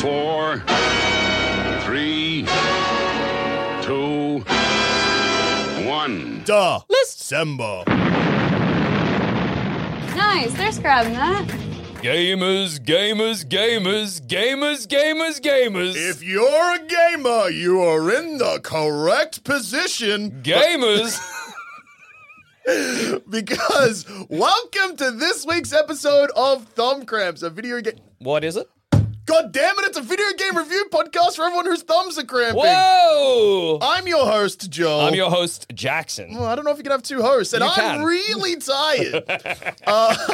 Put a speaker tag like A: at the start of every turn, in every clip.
A: four, three, two, one.
B: Duh.
C: Let's-
B: December.
D: Nice, they're scrubbing that.
C: Gamers, gamers, gamers, gamers, gamers, gamers.
B: If you're a gamer, you are in the correct position.
C: gamers.
B: because welcome to this week's episode of Thumb Cramps, a video game.
C: what is it?
B: God damn it, it's a video game review podcast for everyone whose thumbs are cramping.
C: Whoa!
B: I'm your host, Joel.
C: I'm your host, Jackson.
B: Well, I don't know if you can have two hosts, and
C: You
B: I'm
C: can.
B: really tired.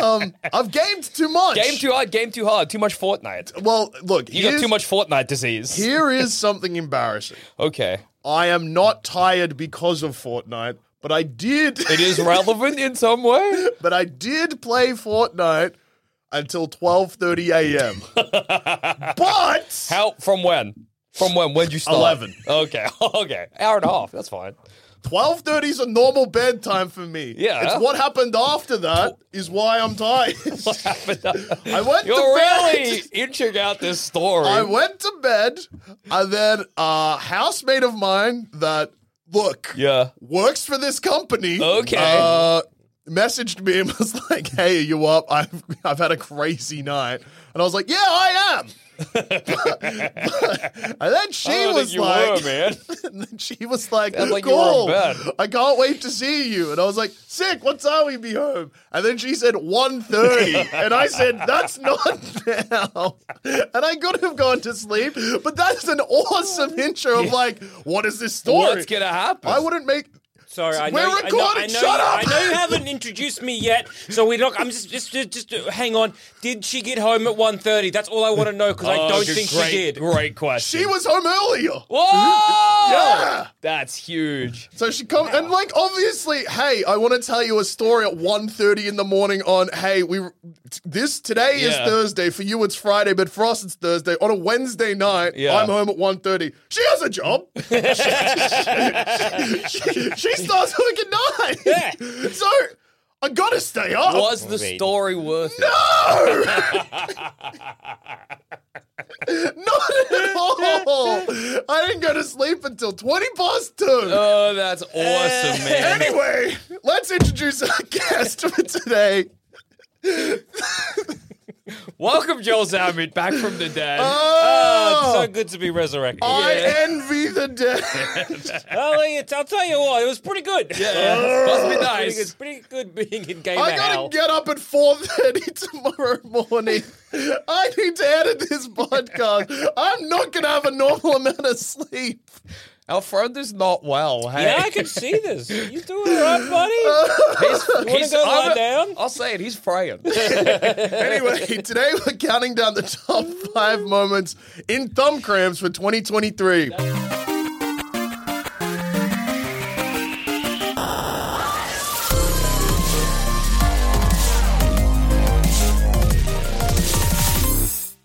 B: um, I've gamed too much.
C: Game too hard, game too hard, too much Fortnite.
B: Well, look,
C: You got
B: here's-
C: too much Fortnite disease.
B: Here is something embarrassing.
C: Okay.
B: I am not tired because of Fortnite, but I did.
C: It is relevant in some way.
B: but I did play Fortnite until 12:30 a.m. but
C: How? From when? From when? When'd you start?
B: 11.
C: Okay, okay. Hour and a half. That's fine.
B: 12:30 is a normal bedtime for me.
C: Yeah.
B: it's what happened after that is why I'm tired. I went
C: You're
B: to bed.
C: really inching out this story.
B: I went to bed, and then a housemate of mine that look
C: Yeah.
B: works for this company.
C: Okay.
B: Uh, messaged me and was like, "Hey, are you up? I've I've had a crazy night." And I was like, "Yeah, I am." and then she
C: I don't
B: was
C: think you
B: like,
C: were, man.
B: and then she was like,
C: Sounds like you were in
B: "Cool,
C: bed.
B: I can't wait to see you." And I was like, "Sick, what time will you be home?" And then she said 1.30. and I said, "That's not now." And I could have gone to sleep, but that's an awesome intro of like, "What is this story?"
C: What's gonna happen?
B: I wouldn't make.
E: Sorry, I
B: We're
E: know, I know, I
B: recording,
E: know,
B: shut up!
E: I know you haven't introduced me yet, so we look. I'm just, just, just, just uh, hang on. Did she get home at 1.30? That's all I want to know because I
C: Oh,
E: don't
C: good-
E: think
C: great,
E: she did.
C: Great question.
B: She was home earlier.
C: Whoa!
B: Yeah.
C: That's huge.
B: So she comes and like obviously, hey, I want to tell you a story at 1.30 in the morning on hey, we t- this today is
C: Yeah.
B: Thursday for you it's Friday, but for us it's Thursday. On a Wednesday night,
C: Yeah.
B: I'm home at 1.30. She has a job. she, she starts work at nine.
E: Yeah.
B: So I gotta stay up.
C: Was the story worth it?
B: Not at all. I didn't go to sleep until 20 past two.
C: Oh, that's awesome,
B: Eh.
C: man.
B: Anyway, let's introduce our guest for today.
C: Welcome, Joel Zamit, back from the dead. Uh,
E: Oh,
B: Oh,
E: it's so good to be resurrected.
B: I
C: Yeah.
B: envy the dead.
E: Well, it's, I'll tell you what, it was pretty good.
C: yeah, must be
E: Pretty good-
C: nice.
E: pretty good being in game
B: I
E: of
B: gotta
E: hell.
B: get up at four thirty tomorrow morning. I need to edit this podcast. I'm not gonna have a normal amount of sleep.
C: Our friend is not well. Hey,
E: Yeah, I can see this. You doing all right, buddy?
C: he's,
E: wanna go lie
C: I'm-
E: down?
C: I'll say it. He's praying.
B: Anyway, today we're counting down the top five moments in thumb cramps for 2023.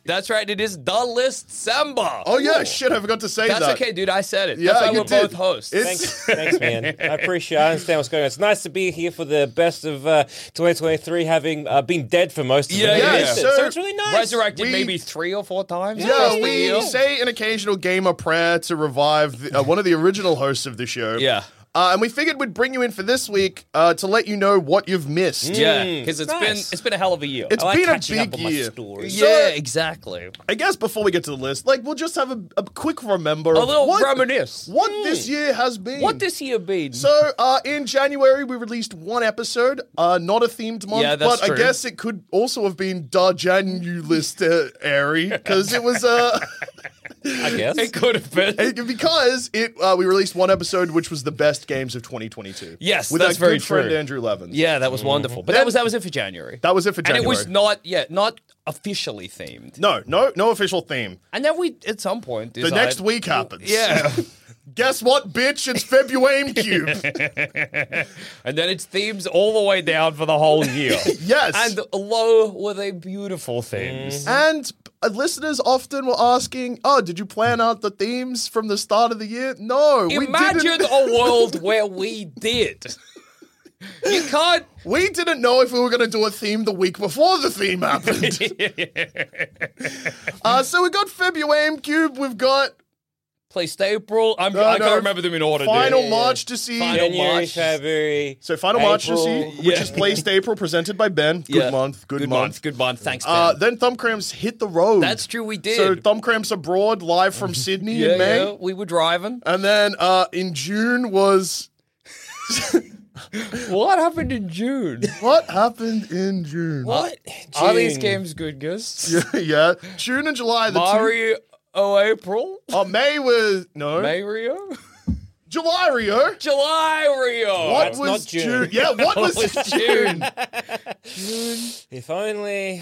C: That's right. It is the list Samba.
B: Oh yeah, shit! I forgot to say
C: That's
B: that.
C: okay, dude. I said it.
B: Yeah,
C: That's why
B: you
C: we're
B: did.
C: both hosts.
B: It's-
E: Thanks, thanks, man. I appreciate. I understand what's going on. It's nice to be here for the best of uh, 2023, having uh, been dead for most of
C: Yeah,
E: the
C: yeah,
E: year.
B: yeah.
E: So it's really nice.
C: Resurrected
B: We-
C: maybe three or four times. across
B: Yeah,
C: the year.
B: we say an occasional game of prayer to revive the, uh, one of the original hosts of the show.
C: Yeah.
B: Uh, and we figured we'd bring you in for this week uh, to let you know what you've missed.
C: Mm. Yeah, because it's been
E: Mm. nice.
C: it's been a hell of a year.
B: It's
E: I like
B: been a
E: catching up
B: big
E: on my
B: year.
E: stories.
B: So, Mm.
C: yeah, exactly.
B: I guess before we get to the list, like we'll just have a, a quick remember,
C: A
B: of
C: little
B: what,
C: reminisce. Mm.
B: what this year has been.
C: What this year been?
B: So uh, in January we released one episode, uh, not a themed month,
C: Yeah, that's
B: but
C: true.
B: I guess it could also have been Da January because it was uh,
E: I guess.
C: it could have been.
B: it- because it uh, we released one episode which was the best games of 2022.
C: Yes,
B: with
C: that's
B: our
C: very
B: good friend
C: true.
B: Andrew Levin.
C: Yeah, that was wonderful. But that was that was it for January.
B: that was it for
C: and
B: January.
C: it was not yeah not officially themed.
B: no, no, no official theme.
C: And then we at some point
B: The
C: decided-
B: next week happens.
C: Yeah,
B: Guess what, bitch? It's February Cube.
C: and then it's themes all the way down for the whole year.
B: yes.
C: And lo, were they beautiful themes?
B: And uh, listeners often were asking, "Oh, did you plan out the themes from the start of the year?" No, Mm. we
C: Imagine
B: didn't.
C: a world where we did. You can't.
B: we didn't know if we were going to do a theme the week before the theme happened. uh, so we got February M Cube. We've got
C: Placed April. I'm,
B: No,
C: I can't
B: no.
C: remember them in order. dude.
B: Final March to see.
C: Final
E: January,
C: March.
E: February.
B: So Final March to see,
E: April.
B: which is placed April, presented by Ben. Good
C: Yeah.
B: month. Good,
C: Good month. Good month. Thanks, Ben.
B: Uh, then Thumb Cramps hit the road.
C: That's true, we did.
B: So Thumb Cramps abroad, live from Sydney
C: yeah,
B: in May.
C: yeah, we were driving.
B: And then uh, in June was
C: What happened in June?
B: what happened in June?
C: What? Are these
E: June.
C: games good, Gus?
B: yeah, yeah. June and July. The two.
C: Mario April?
B: Oh, May was no.
C: Mario?
B: July Rio.
C: July Rio.
B: What
E: that's
B: was
E: not June.
B: Yeah, what was June?
E: If only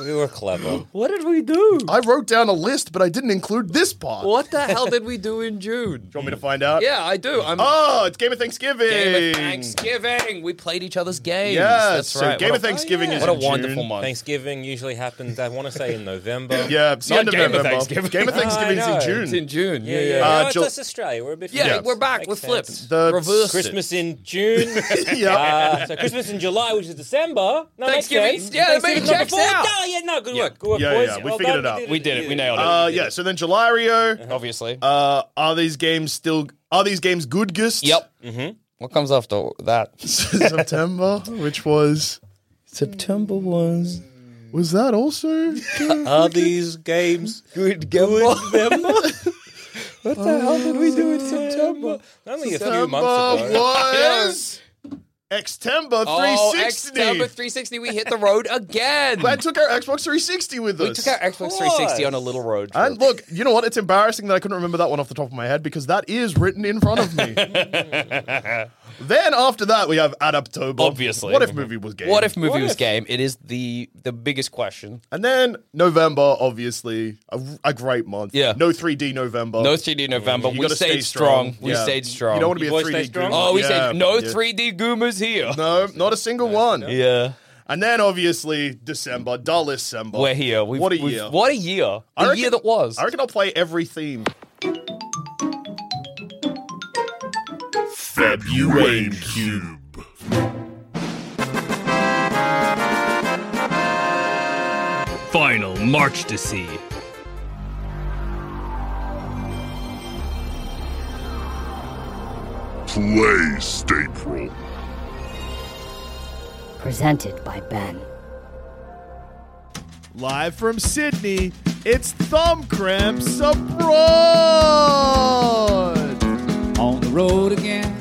E: we were clever.
C: What did we do?
B: I wrote down a list, but I didn't include this part. Do
C: What the hell did we do in June?
B: you want me to find out?
C: Yeah, I do. I'm
B: Oh, it's Game of Thanksgiving.
C: Game of Thanksgiving. We played each other's games.
B: Yes,
C: That's
B: so
C: right.
B: Game
C: What
B: of
C: a-
B: Thanksgiving is
C: What a
B: in June.
C: wonderful month.
E: Thanksgiving usually happens. I want to say in November.
B: Yeah, it's
C: Yeah,
B: not
C: Game of
B: November.
C: Thanksgiving.
B: Game of
E: Oh, I
B: Thanksgiving is in
E: know.
B: June.
C: It's in June.
E: yeah, yeah.
B: Uh,
E: no, it's
B: Ju-
E: just Australia. We're a bit.
C: Yeah,
E: flipped.
C: we're back.
E: Makes
C: we're flipped.
E: sense.
B: The-
C: Reverse
E: Christmas in June.
B: yeah.
E: Uh, so Christmas in July, which is December. No, makes
C: Thanksgiving-
E: sense.
C: yeah, it
E: Thanksgiving's not
C: checks
E: before.
C: out.
E: No, yeah, no, good work, good work,
B: Yeah, yeah,
E: boys.
B: yeah, we
E: Well
B: figured
E: done,
B: it out.
E: you
C: We did it, we nailed it.
B: Uh, yeah. So then July Rio.
C: Obviously.
B: Uh, are these games still? Are these games good? Gist?
C: yep.
B: mm-hmm.
C: What comes after that?
B: September, which was
C: September was.
B: was that also?
E: Are these games
C: Good Gamble.
E: What the hell did we do in September? Only a few months ago.
B: September was Xtember 360.
C: Oh, September 360, we hit the road again.
B: I took our Xbox 360 with us.
C: we took our Xbox 360 on a little road trip.
B: and look, you know what? It's embarrassing that I couldn't remember that one off the top of my head because that is written in front of me. then after that, we have Adaptober.
C: Obviously.
B: What if movie was game?
C: what if movie was game? It is the the biggest question.
B: And then November, obviously, a, a great month.
C: Yeah.
B: No 3D November.
C: No 3D November.
B: Oh, You
C: we
B: gotta stay
C: stayed strong. We
B: Yeah.
C: stayed strong.
B: You don't want to be
E: You
B: a
E: boys
B: 3D
E: stay strong?
B: goomer.
C: Oh, we
B: Yeah.
C: said no
B: Yeah.
C: 3D Goombas here.
B: No, not a single one.
C: Yeah.
B: And then obviously December, dull December.
C: We're here. We've,
B: what a
C: we've-
B: year!
C: What a year. The
B: I reckon-
C: year that was.
B: I reckon I'll play every theme.
A: February Cube.
F: Final March to see.
A: Placed April.
G: Presented by Ben.
B: Live from Sydney, it's Thumb Cramps Abroad!
F: On the road again.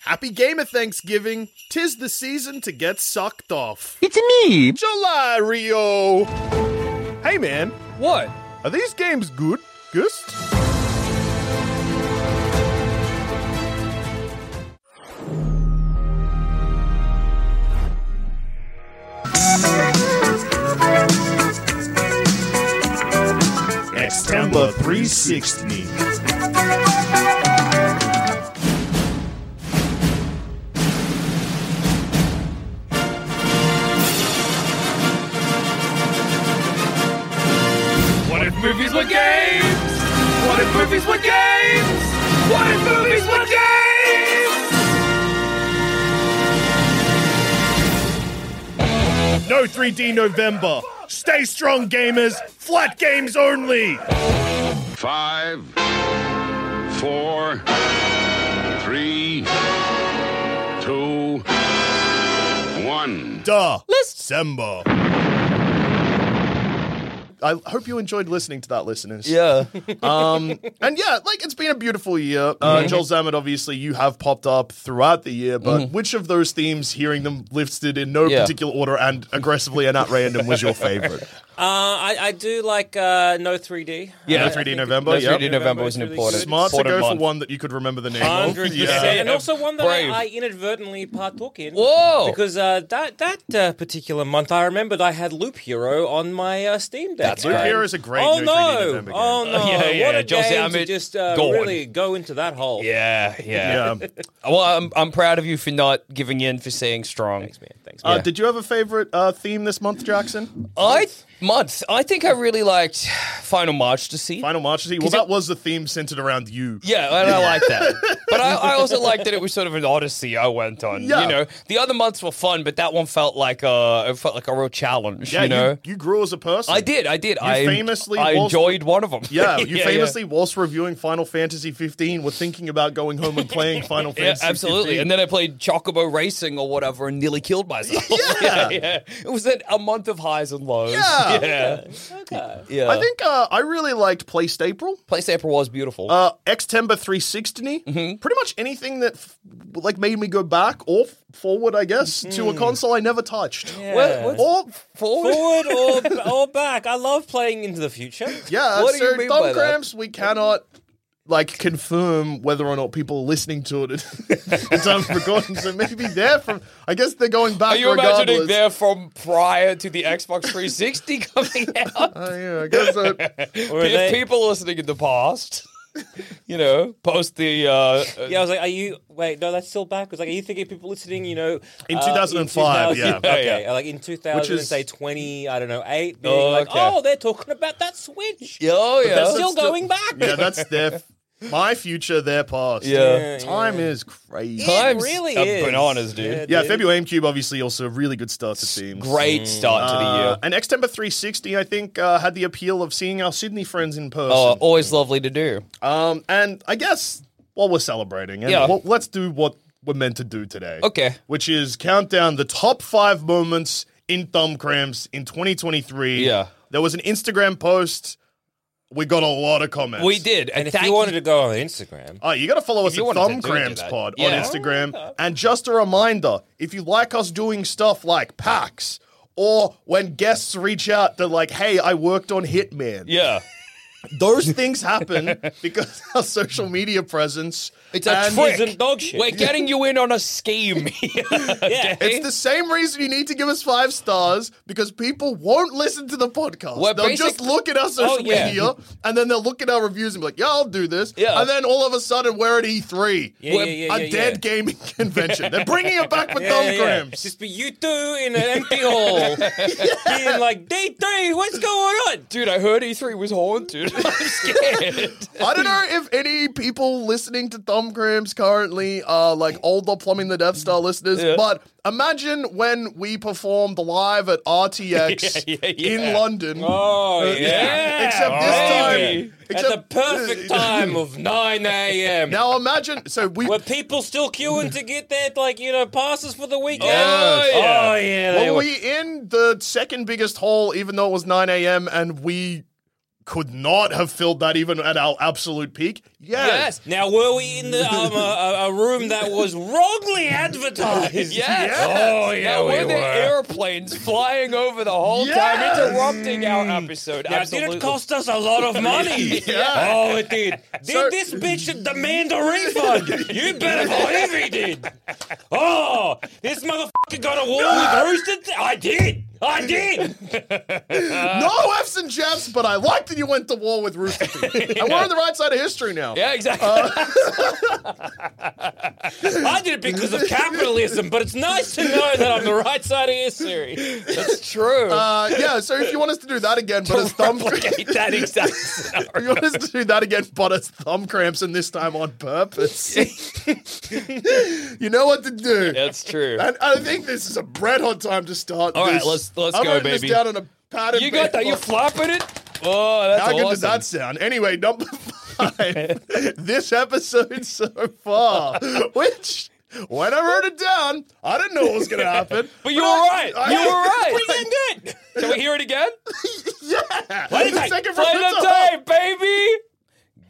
B: Happy Game of Thanksgiving. Tis the season to get sucked off.
F: It's me.
B: July Rio! Hey man,
C: what?
B: are these games good? Gust? September 360.
H: Facebook Games!
I: No 3D November. Stay strong, gamers. Flat games only.
J: Five, four, three, two, one.
B: Duh. December. I hope you enjoyed listening to that, listeners.
C: Yeah.
B: um, and yeah, like it's been a beautiful year. Uh,
C: Mm-hmm.
B: Joel Zammett, obviously, you have popped up throughout the year, but
C: Mhm.
B: which of those themes, hearing them listed in no
C: Yeah.
B: particular order and aggressively and at random, was your favorite?
E: Uh, I, I do like uh, No 3D.
B: Yeah,
E: Uh,
B: no 3D
E: I think
B: November.
C: No
B: yeah.
C: 3D November was an important-
B: Smart to
C: important
B: go for
C: month.
B: one that you could remember the name of.
E: Hundred percent, and also one that
C: Brave.
E: I, I inadvertently partook in.
C: Whoa!
E: Because uh, that that uh, particular month, I remembered I had Loop Hero on my uh, Steam Deck.
C: That's Loop
E: And-
C: Hero is a great
E: Oh
C: new 3D
E: no!
C: November game.
E: Oh no!
C: Uh, yeah,
E: what
C: yeah,
E: a
C: Joel
E: game to
C: Zammett,
E: just uh,
C: gone.
E: really go into that hole.
C: Yeah, yeah.
B: Uh,
C: Well, I'm, I'm proud of you for not giving in for saying strong. Thanks, man. Thanks.
B: Uh, Did you have a favorite uh, theme this month, Jackson?
C: I month. I think I really liked Final March to see.
B: Final March to see. Well, that was the theme centered around you.
C: Yeah, and I like that. But I, I also like that it was sort of an odyssey I went on.
B: Yeah.
C: You know, the other months were fun, but that one felt like a it felt like a real challenge.
B: Yeah,
C: you know,
B: you, grew as a person.
C: I did. I did.
B: You
C: I
B: famously
C: I
B: was-
C: enjoyed one of them.
B: Yeah, you
C: yeah.
B: famously, whilst reviewing Final Fantasy 15, were thinking about going home and playing Final
C: Yeah,
B: Fantasy.
C: absolutely.
B: 15.
C: And then I played Chocobo Racing or whatever and nearly killed myself.
B: Yeah.
C: yeah. It was an, a month of highs and lows.
B: Yeah.
C: Yeah. Okay. Yeah.
B: I think uh, I really liked Place April.
C: Place April was beautiful.
B: Uh, Xtember 360. Pretty much anything that f- like made me go back or f- forward, I guess, to a console I never touched.
E: What- what's-
B: Or
C: forward,
E: forward or, or back. I love playing into the future.
B: Yeah,
E: What do
B: so
E: you mean
B: thumb
E: by that?
B: cramps, we cannot like confirm whether or not people are listening to it at the time of recording. So maybe they're from I guess they're going back
C: Are you
B: regardless.
C: imagining they're from prior to the Xbox 360 coming out?
B: Oh, yeah, I guess so.
E: Or are
C: if
E: they-
C: people listening in the past, you know, post the. Uh,
E: Yeah, I was like, "Are you? Wait, no, that's still backwards. Like, are you thinking people listening? You know,
C: In
E: uh,
C: 2005,
E: 2000
C: yeah.
E: okay,
C: Yeah, yeah.
E: like in two
C: Which
E: thousand,
C: is-
E: say twenty, I don't know, eight. Being
C: Oh,
E: oh, like,
C: okay.
E: oh, they're talking about that Switch.
C: Oh,
E: But
C: yeah.
E: they're still going back.
B: Yeah, that's their f- my future, their past.
C: Yeah. Yeah,
B: Time is crazy.
C: It Time's really a is. bananas, dude. Yeah,
B: Yeah,
C: dude.
B: February Cube obviously also a really good start to themes.
C: great start to the year.
B: And Xtember 360, I think, uh, had the appeal of seeing our Sydney friends in person.
C: Oh, always lovely to do.
B: Um, and I guess while we're celebrating, and
C: Yeah.
B: well, let's do what we're meant to do today.
C: Okay.
B: Which is count down the top five moments in thumb cramps in 2023.
C: Yeah.
B: There was an Instagram post. We got a lot of comments.
C: We did, and,
E: And if you wanted to go on Instagram,
B: Oh, you got to follow us
C: If you
B: at
C: wanted to
B: Thumb
C: do it,
B: Cramps
C: do that.
B: Pod on
C: Yeah.
B: Instagram. And just a reminder if you like us doing stuff like packs or when guests reach out, they're like, hey, I worked on Hitman.
C: Yeah.
B: Those things happen because our social media presence.
C: It's a
B: and-
C: trick. We're getting you in on a scheme. yeah.
B: It's the same reason you need to give us five stars because people won't listen to the podcast.
C: We're
B: they'll just
C: basic-
B: look at our social
C: Oh, yeah.
B: media and then they'll look at our reviews and be like, yeah, I'll do this.
C: Yeah.
B: And then all of a sudden we're at E3.
E: Yeah,
B: We're
E: yeah, yeah,
B: a
E: yeah,
B: dead
E: yeah.
B: gaming convention. They're bringing it back with
E: Yeah,
B: thumb
E: yeah, yeah.
B: cramps.
E: Just be you two in an empty hole, being like, day three, what's going on?
C: Dude, I heard E3 was haunted. I'm scared.
B: I don't know if any people listening to Thumbgrams currently are like older Plumbing the Death Star listeners,
C: Yeah.
B: but imagine when we performed live at RTX
C: Yeah, yeah, yeah.
B: in London.
E: Oh
B: Uh,
E: yeah, baby.
B: Except this time.
E: at the perfect time of nine a.m.
B: Now imagine, so we
E: Were people still queuing to get their like you know passes for the weekend?
B: Yes.
E: Oh, yeah, they
B: were
E: were.
B: we in the second biggest hall, even though it was 9 a.m. and we could not have filled that even at our absolute peak? Yes.
E: Now were we in the um, a, a room that was wrongly advertised?
C: Yes.
E: Oh yeah,
C: now,
E: we
C: were
E: were.
C: there airplanes flying over the whole
B: Yes.
C: time, interrupting our episode?
E: now
C: Absolutely.
E: Mm. did it cost us a lot of money?
B: Yeah.
E: Oh, it did. Did
B: So-
E: this bitch demand a refund? you better believe he did. Oh, this motherfucker got a war with Roosted. I did. I did.
B: no F's and Jeffs, but I like that you went to war with Rooster Teeth. And we're on the right side of history now.
C: Yeah, exactly.
E: I did it because of capitalism, but it's nice to know that I'm the right side of history. That's true.
B: Uh, yeah, so if you want us to do that again, but as thumb
E: replicate that exact scenario.
B: if you want us to do that again, but as thumb cramps, and this time on purpose. you know what to do.
C: That's true.
B: And I think this is a bread hot time to start.
C: All
B: All
C: right, let's- let's
B: I'm
C: go,
B: writing
C: baby.
B: This down on a pad of
C: You got that?
B: paper.
C: You're flopping it? Oh, that's
B: How good
C: awesome.
B: does that sound? Anyway, number five. this episode so far, which. When I wrote it down, I didn't know what was going to happen.
E: But you were right.
B: I-
E: You were right.
B: We
E: did good. Shall we hear it again?
B: yeah.
E: Play the
B: The
E: tape.
B: second
E: Play
B: round's
E: the
B: up.
E: tape, baby.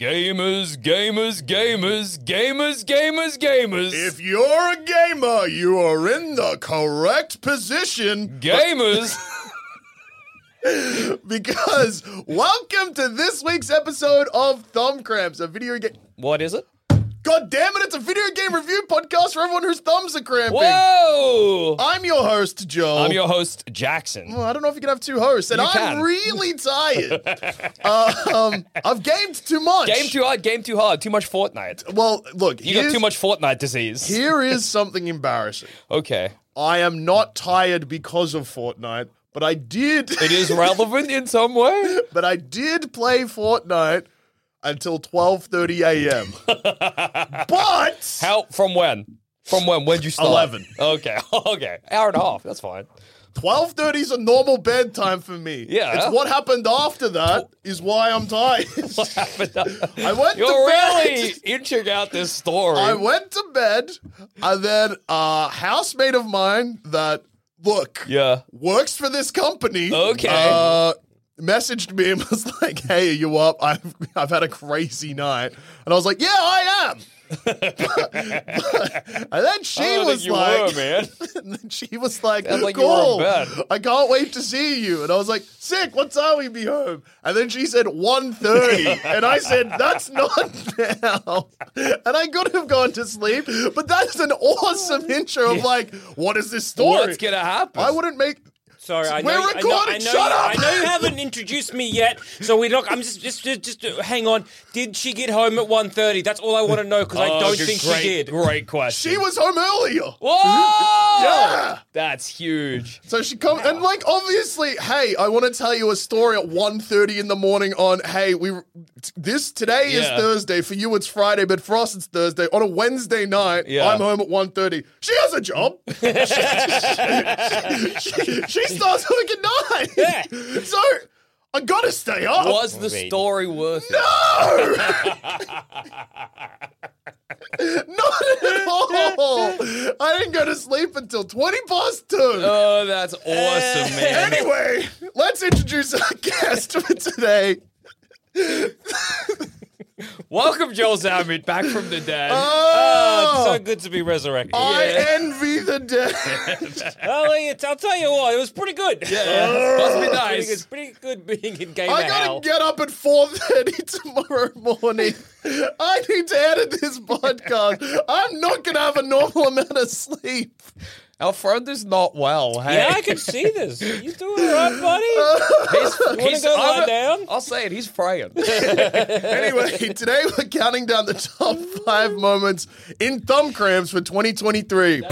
C: Gamers, gamers, gamers, gamers, gamers, gamers.
B: If you're a gamer, you are in the correct position.
C: Gamers.
B: because welcome to this week's episode of Thumb Cramps, a video game.
C: What is it?
B: God damn it, it's a video game review podcast for everyone whose thumbs are cramping.
C: Whoa!
B: I'm your host, Joel.
C: I'm your host, Jackson.
B: Well, I don't know if you can have two hosts, and
C: You
B: I'm
C: can.
B: really tired. um, I've gamed too much.
C: Game too hard, game too hard, too much Fortnite.
B: Well, look,
C: You got
B: here's-
C: too much Fortnite disease.
B: Here is something embarrassing.
C: Okay.
B: I am not tired because of Fortnite, but I did.
C: It is relevant in some way.
B: but I did play Fortnite until 12:30 a.m. but
C: How? From when? From when? When'd you start?
B: 11.
C: Okay, okay. Hour and a half. That's fine.
B: 12:30 is a normal bedtime for me.
C: Yeah.
B: it's what happened after that is why I'm tired.
C: What happened?
B: I went
C: You're
B: to bed.
C: really inching out this story.
B: I went to bed, and then a housemate of mine that look
C: Yeah.
B: works for this company.
C: Okay.
B: Uh, messaged me and was like, "Hey, are you up? I've I've had a crazy night," and I was like, "Yeah, I am." and then she
C: I don't
B: was
C: think Oh, you
B: like,
C: were, man.
B: and then she was like,
C: Sounds like you were in
B: "Cool,
C: bed.
B: I can't wait to see you." And I was like, "Sick, what time we be home?" And then she said 1.30. and I said, "That's not now." And I could have gone to sleep, but that is an awesome intro of like, "What is this story?"
C: What's gonna happen?
B: I wouldn't make.
K: Sorry, I know,
B: We're
K: I know-
B: recording,
K: I know,
B: shut up!
K: I know you haven't introduced me yet, so we look. I'm just, just, just, just uh, hang on. Did she get home at 1.30? That's all I want to know because I
C: Oh,
K: don't
C: good-
K: think
C: great,
K: she did.
C: Great question.
B: She was home earlier.
C: Whoa!
B: Yeah.
C: That's huge.
B: So she comes and like obviously, hey, I want to tell you a story at 1.30 in the morning on hey, we this today is
C: Yeah.
B: Thursday for you it's Friday, but for us it's Thursday. On a Wednesday night,
C: Yeah.
B: I'm home at 1.30. She has a job. she, she- she starts work at 9. So I got to stay up.
C: Was the story worth it?
B: Not at all. I didn't go to sleep until 20 past 2.
C: Oh, that's
B: Eh.
C: awesome, man.
B: Anyway, let's introduce our guest for today.
C: Welcome, Joel Zamit, back from the dead.
K: It's
B: Oh,
K: so good to be resurrected. Oh,
B: I
C: Yeah.
B: envy the dead.
K: well, it's, I'll tell you what, it was pretty good.
C: yeah. Must be
K: Pretty
C: nice.
K: good, pretty good being in game
B: I
K: of
B: gotta
K: hell.
B: get up at four thirty tomorrow morning. I need to edit this podcast. I'm not gonna have a normal amount of sleep.
C: Our friend is not well. Hey.
K: yeah, I can see this. You doing all right, buddy?
C: He's,
K: he's- go lie down?
C: I'll say it. He's praying.
B: Anyway, today we're counting down the top five moments in thumb cramps for 2023.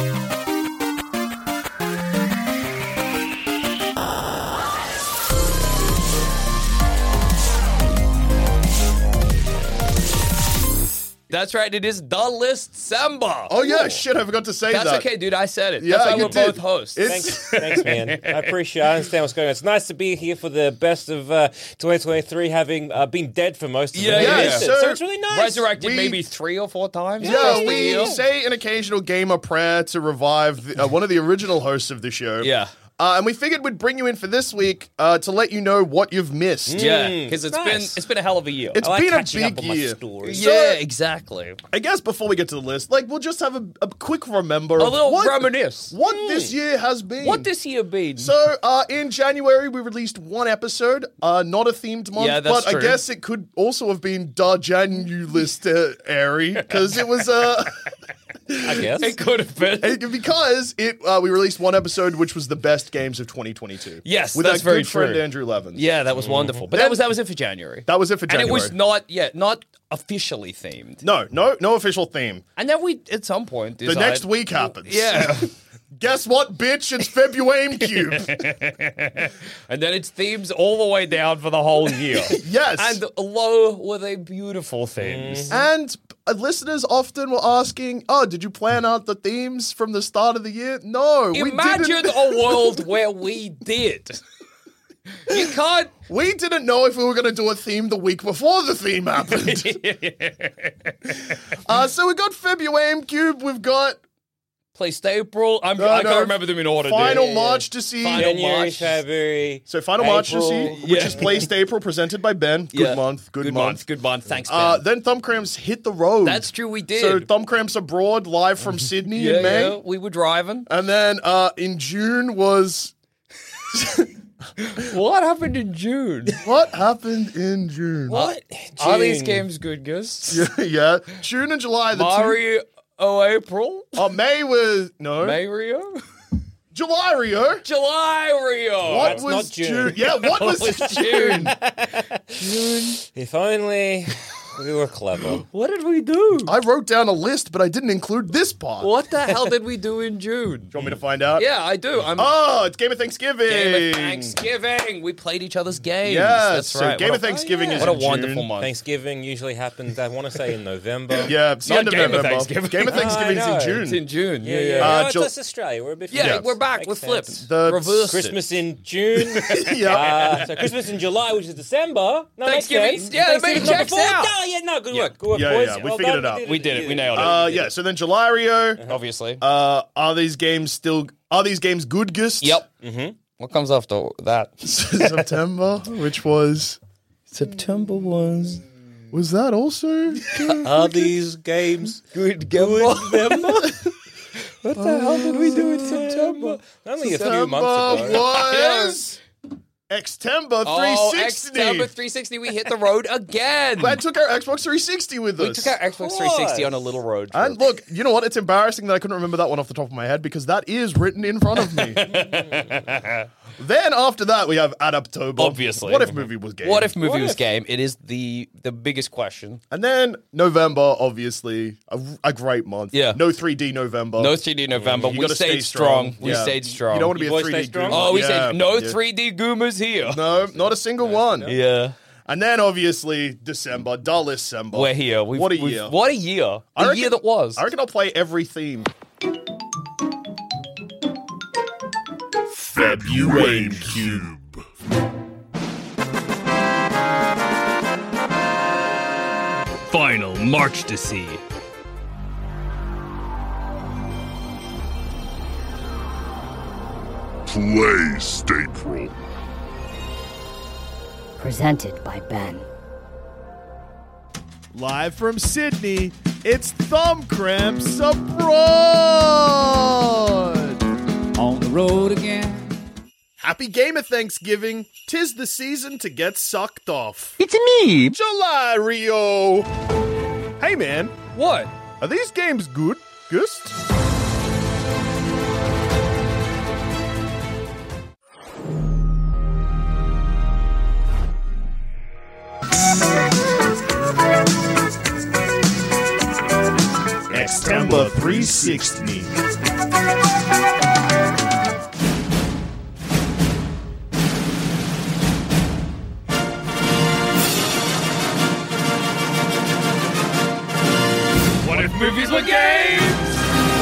C: That's right. It is the list Samba.
B: Oh yeah, shit! I forgot to say
C: That's
B: that.
C: okay, dude. I said it.
B: Yeah,
C: That's why
B: you
C: we're
B: did.
C: both hosts.
B: It's-
K: Thanks, thanks, man. I appreciate. I understand what's going on. It's nice to be here for the best of uh, 2023, having uh, been dead for most of
C: Yeah,
K: the
C: yeah,
K: year.
C: yeah.
K: So,
B: So-
K: it's really nice.
C: Resurrected
B: We-
C: maybe three or four times.
B: Yeah,
C: across the
B: we
C: year.
B: say an occasional gamer prayer to revive the, uh, one of the original hosts of the show.
C: Yeah.
B: Uh, and we figured we'd bring you in for this week uh, to let you know what you've missed.
C: Mm. Yeah, because it's been
K: nice.
C: it's been a hell of a year.
B: It's
K: I like
B: been a
K: catching up
B: big
K: on my
B: year.
K: stories.
B: So,
C: yeah, exactly.
B: I guess before we get to the list, like we'll just have a, a quick remember.
C: A
B: of
C: little
B: what,
C: reminisce. Mm.
B: What this year has been.
C: What this year been?
B: So uh, in January we released one episode, uh, not a themed month,
C: Yeah, that's
B: but I
C: true.
B: guess it could also have been Da January because it was uh,
K: I guess.
C: It could have been.
B: And because it uh, we released one episode which was the best games of 2022.
C: Yes,
B: with
C: that's
B: our
C: very
B: good friend
C: true.
B: Andrew Levins.
C: Yeah, that was wonderful. But that was that was it for January.
B: That was it for January.
C: And it was not yet not officially themed.
B: no, no, no official theme.
C: And then we at some point
B: The next week happens.
C: Yeah.
B: Guess what, bitch? It's February Cube.
C: and then it's themes all the way down for the whole year.
B: Yes.
C: And lo were they beautiful themes.
B: And uh, listeners often were asking, "Oh, did you plan out the themes from the start of the year?" No, we
C: Imagine
B: didn't.
C: a world where we did. You can't
B: we didn't know if we were going to do a theme the week before the theme happened. uh, so we got February Cube. We've got
C: place April. I'm,
B: No,
C: I can't
B: no.
C: remember them in order. dude.
B: Final March to see.
C: Final
K: January,
C: March.
K: February.
B: So final March to see,
K: April.
B: which
C: Yeah.
B: is placed April, presented by Ben. Good
C: Yeah.
B: month. Good,
C: Good
B: month.
C: month. Good month. Thanks, Ben.
B: Uh, then Thumb Cramps hit the road.
C: That's true. We did.
B: So Thumb Cramps abroad, live from Sydney
C: yeah,
B: in May,
C: yeah, we were driving.
B: and then uh, in June was
C: What happened in June?
B: what happened in June?
C: What are these
K: June.
C: games good, Gus?
B: Yeah, yeah. June and July. The two.
C: Mario oh April,
B: Oh, May was no.
C: Mario,
B: July Rio.
C: July Rio.
B: What
K: that's
B: was
K: not June.
B: Yeah, what was June?
K: If only we were clever.
C: What did we do?
B: I wrote down a list, but I didn't include this part.
C: What the hell did we do in June?
B: Do you want me to find out?
C: Yeah, I do. I'm
B: Oh, it's Game of Thanksgiving.
C: Game of Thanksgiving. We played each other's games.
B: Yes,
C: that's
B: so
C: right.
B: Game
C: What
B: of
C: a- oh,
B: Thanksgiving is
C: what a
B: in June.
C: wonderful month.
K: Thanksgiving usually happens, I want to say, in November.
B: Yeah, it's the
C: Not
B: end of
C: Game of
B: November.
C: Thanksgiving.
B: Game of
K: Oh, I
B: Thanksgiving is in
K: know.
B: June.
C: It's in June.
K: Yeah, yeah.
B: Uh,
K: no,
B: Jul-
K: it's us Australia. We're a bit.
C: Yeah,
K: further.
C: we're back.
K: Makes
C: we're flipped.
K: sense.
B: The-
C: Reverse
K: Christmas in June.
B: yeah.
K: Uh, so Christmas in July, which is December. No, makes
C: Thanksgiving-
K: sense.
C: yeah, it
K: Thanksgiving's not
C: checks
K: before.
C: out.
K: No, yeah, no, good work, good work,
B: Yeah, yeah,
K: boys.
B: yeah, we
K: Well
B: figured it
K: done,
B: out.
C: We did it. We nailed it.
B: Uh, yeah. So then July
C: Uh-huh.
B: Rio.
C: Obviously.
B: Uh, are these games still? Are these games good? Gist?
C: yep. Mm-hmm. What comes after that?
B: September, which was
C: September was.
B: was that also?
K: Are these games?
C: Good Gemma. what the hell did we do in September?
K: Only a few
B: September
K: months ago.
B: was. Xtember 360.
C: Oh, September 360, we hit the road again.
B: I took our Xbox 360 with us.
C: we took our Xbox 360 on a little road. Trip.
B: and look, you know what? It's embarrassing that I couldn't remember that one off the top of my head because that is written in front of me. then after that, we have Adaptober.
C: Obviously.
B: What if movie was game?
C: what if movie was game? It is the the biggest question.
B: And then November, obviously, a, a great month.
C: Yeah.
B: No 3D November.
C: No 3D November.
B: Oh, You
C: We
B: gotta stay
C: stayed strong. We
B: Yeah.
C: stayed strong.
B: You don't want to
K: You
B: be
K: boys
B: a 3D
K: stay strong?
B: goomer.
C: Oh, we
B: Yeah.
C: said no
B: Yeah.
C: 3D Goomers here.
B: No, not a single one.
C: Yeah.
B: And then obviously December, dull December.
C: We're here. We've,
B: Oh, what a
C: we've-
B: year.
C: What a year. The
B: I reckon-
C: year that was.
B: I reckon I'll play every theme.
A: February Cube.
F: Final March to see.
A: Place April.
G: Presented by Ben.
B: Live from Sydney, it's Thumb Cramps Abroad!
F: On the road again.
B: Happy game of Thanksgiving. Tis the season to get sucked off.
L: It's me.
B: July Rio! Hey man,
C: what?
B: are these games good, Gust?
I: Xtemba 360.
E: What if movies were games?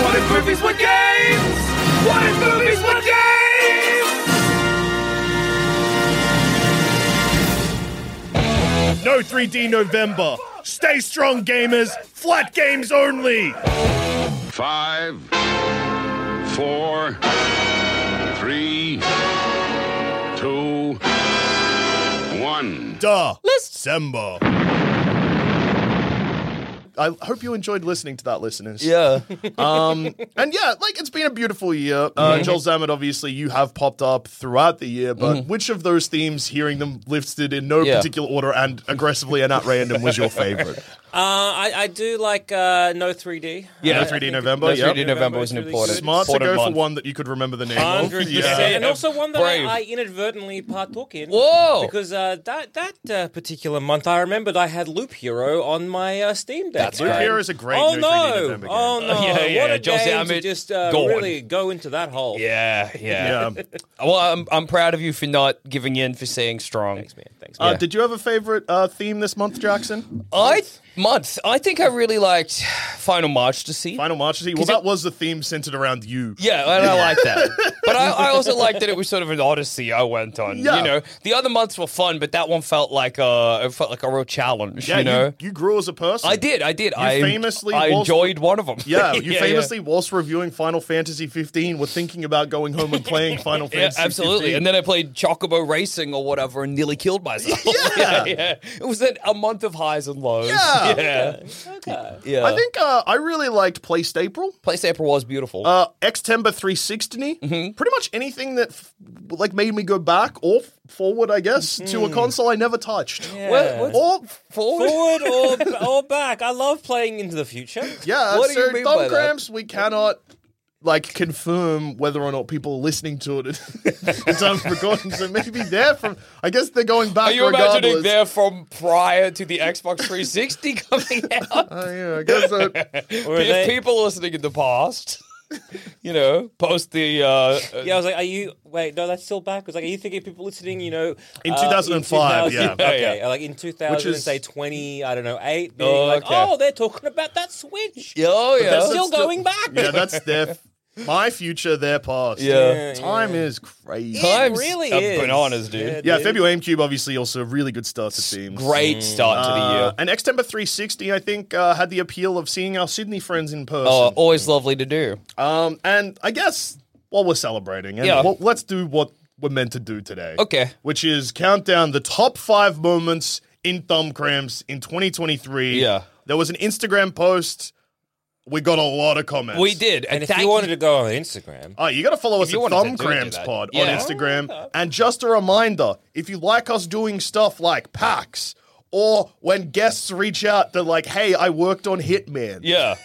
E: What if movies were games? What if movies were games?
I: No 3D November. Stay strong, gamers. Flat games only.
J: Five, four, three, two, one.
B: Duh. December. I hope you enjoyed listening to that, listeners.
C: Yeah.
B: Um, and yeah, like it's been a beautiful year. Uh,
C: Mm-hmm.
B: Joel Zammett, obviously, you have popped up throughout the year, but
C: Mhm.
B: which of those themes, hearing them listed in no
C: Yeah.
B: particular order and aggressively and at random, was your favorite?
K: Uh, I, I do like uh, No 3D. I-
B: Yeah,
K: I
B: no 3D
K: think
B: November.
C: No
B: yeah.
C: 3D November was an important-
B: Smart to go
C: important month.
B: for one that you could remember the name of.
K: Hundred percent,
B: Yeah.
K: and also one that I,
B: Brave.
K: I inadvertently partook in.
C: Whoa!
K: Because uh, that that uh, particular month, I remembered I had Loop Hero on my uh, Steam Deck.
C: That's Loop great. Hero
B: is a great
K: Oh
B: new 3D
K: no!
B: November game.
K: Oh no!
C: Uh, yeah, yeah,
K: what a
C: Joel
K: game to
C: Zammit,
K: just uh,
C: gone.
K: really go into that hole.
C: Yeah, yeah. well, I'm, I'm proud of you for not giving in for saying strong. Thanks, man. Thanks.
B: Uh, Did you have a favorite uh, theme this month, Jackson?
C: I month. I think I really liked Final March to see.
B: Final March to see. Well, that was the theme centered around you.
C: Yeah, and I like that. But I, I also liked that it was sort of an odyssey I went on.
B: Yeah.
C: You know, the other months were fun, but that one felt like a it felt like a real challenge.
B: Yeah,
C: you know,
B: you, grew as a person.
C: I did, I did.
B: You
C: I
B: famously
C: I
B: whilst-
C: enjoyed one of them.
B: Yeah, you
C: Yeah, yeah.
B: famously, whilst reviewing Final Fantasy 15, were thinking about going home and playing Final
C: Yeah,
B: Fantasy.
C: absolutely.
B: 15.
C: And then I played Chocobo Racing or whatever and nearly killed myself.
B: Yeah.
C: It was an, a month of highs and lows.
B: Yeah.
C: Yeah. Yeah.
B: I think uh, I really liked Place April.
C: Place April was beautiful.
B: Uh, Xtember 360. Pretty much anything that f- like made me go back or f- forward, I guess, to a console I never touched.
K: What- what's-
B: Or forward.
K: Forward or, or back? I love playing into the future.
B: Yeah,
K: What do
B: so
K: you mean
B: thumb
K: by that?
B: cramps, we cannot like confirm whether or not people are listening to it in time of recording. So maybe they're from I guess they're going back
C: Are you
B: regardless.
C: imagining they're from prior to the Xbox 360 coming out?
B: Oh, yeah, I guess so.
K: Or are
C: if
K: they-
C: people listening in the past, you know, post the. Uh,
K: Yeah, I was like, "Are you? Wait, no, that's still backwards. Like, are you thinking people listening? You know,
C: In
K: uh,
C: 2005,
K: 2000
C: yeah.
K: okay,
C: Yeah, yeah.
K: like in two
C: Which
K: thousand,
C: is-
K: say twenty, I don't know, eight. Being
C: Oh,
K: like,
C: okay.
K: oh, they're talking about that Switch.
C: Yeah, oh,
K: But they're
C: yeah. That's
K: still
C: still-
K: going back.
B: yeah, that's their f- my future, their past.
C: Yeah. Yeah,
B: Time is crazy.
C: Times
K: really
C: are
K: is.
C: bananas, dude.
B: Yeah, February Cube obviously also a really good start to themes.
C: Great start to
K: Mm.
C: the
B: Uh,
C: year.
B: And Xtember 360, I think, uh, had the appeal of seeing our Sydney friends in person.
C: Oh, always lovely to do.
B: Um, and I guess while we're celebrating, and
C: Yeah.
B: well, let's do what we're meant to do today.
C: Okay.
B: Which is count down the top five moments in thumb cramps in 2023.
C: Yeah.
B: There was an Instagram post. We got a lot of comments.
C: We did. And,
K: And if
C: thank
K: you wanted to go on Instagram,
B: Oh, you got to follow us
C: If you
B: at
C: wanted to
B: Thumb
C: do- do
B: Cramps
C: that.
B: Pod on
C: Yeah.
B: Instagram. And just a reminder if you like us doing stuff like packs or when guests reach out, they're like, hey, I worked on Hitman.
C: Yeah.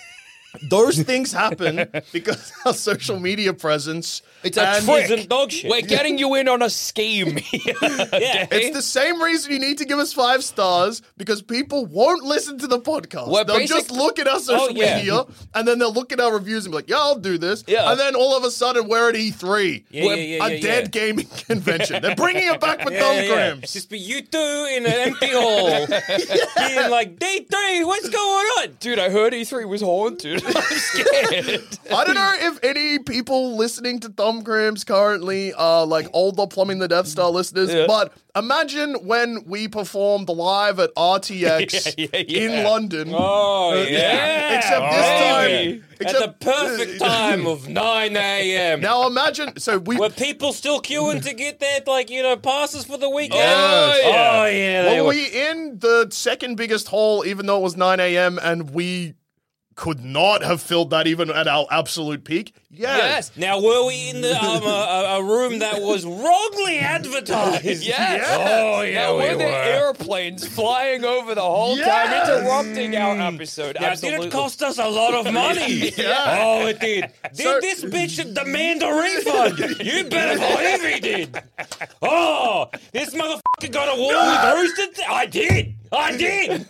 B: Those things happen because our social media presence.
C: It's a
B: and-
C: trick.
K: isn't dog shit.
C: We're getting you in on a scheme.
K: yeah.
B: It's the same reason you need to give us five stars because people won't listen to the podcast.
C: We're
B: they'll
C: basic-
B: just look at our social
C: Oh, yeah.
B: media and then they'll look at our reviews and be like, yeah, I'll do this.
C: Yeah.
B: And then all of a sudden we're at E3.
K: Yeah,
B: we're
K: yeah, yeah,
B: a
K: yeah,
B: dead gaming convention. They're bringing it back with thumb cramps.
K: Just be you two in an empty hole, Oh. being like, day three, what's going on?
C: Dude, I heard E3 was haunted. I'm scared.
B: I don't know if any people listening to Thumbgrams currently are like older Plumbing the Death Star listeners,
C: Yeah.
B: but imagine when we performed live at RTX
C: Yeah, yeah, yeah.
B: in London.
K: Oh
B: Uh,
K: yeah.
B: Except this
K: Baby.
B: time.
K: at the perfect time of 9 a.m.
B: Now imagine. So we.
K: Were people still queuing to get their like you know passes for the weekend?
C: Oh, yeah.
K: Oh, yeah, they
B: Were
K: were.
B: we in the second biggest hall, even though it was 9 a.m., and we could not have filled that even at our absolute peak? Yes.
C: Yes.
K: Now were we in the um, a, a- a room that was wrongly advertised?
C: Yes.
K: Oh yeah,
C: now,
K: we
C: were there airplanes flying over the whole
B: Yes.
C: time, interrupting our episode?
K: Mm. Now,
C: Absolutely.
K: did it cost us a lot of money?
B: Yeah.
K: Oh, it did. Did
B: So-
K: this bitch demand a refund? You better believe he did. Oh, this motherfucker got a wall with roasted. Th- I did. I did.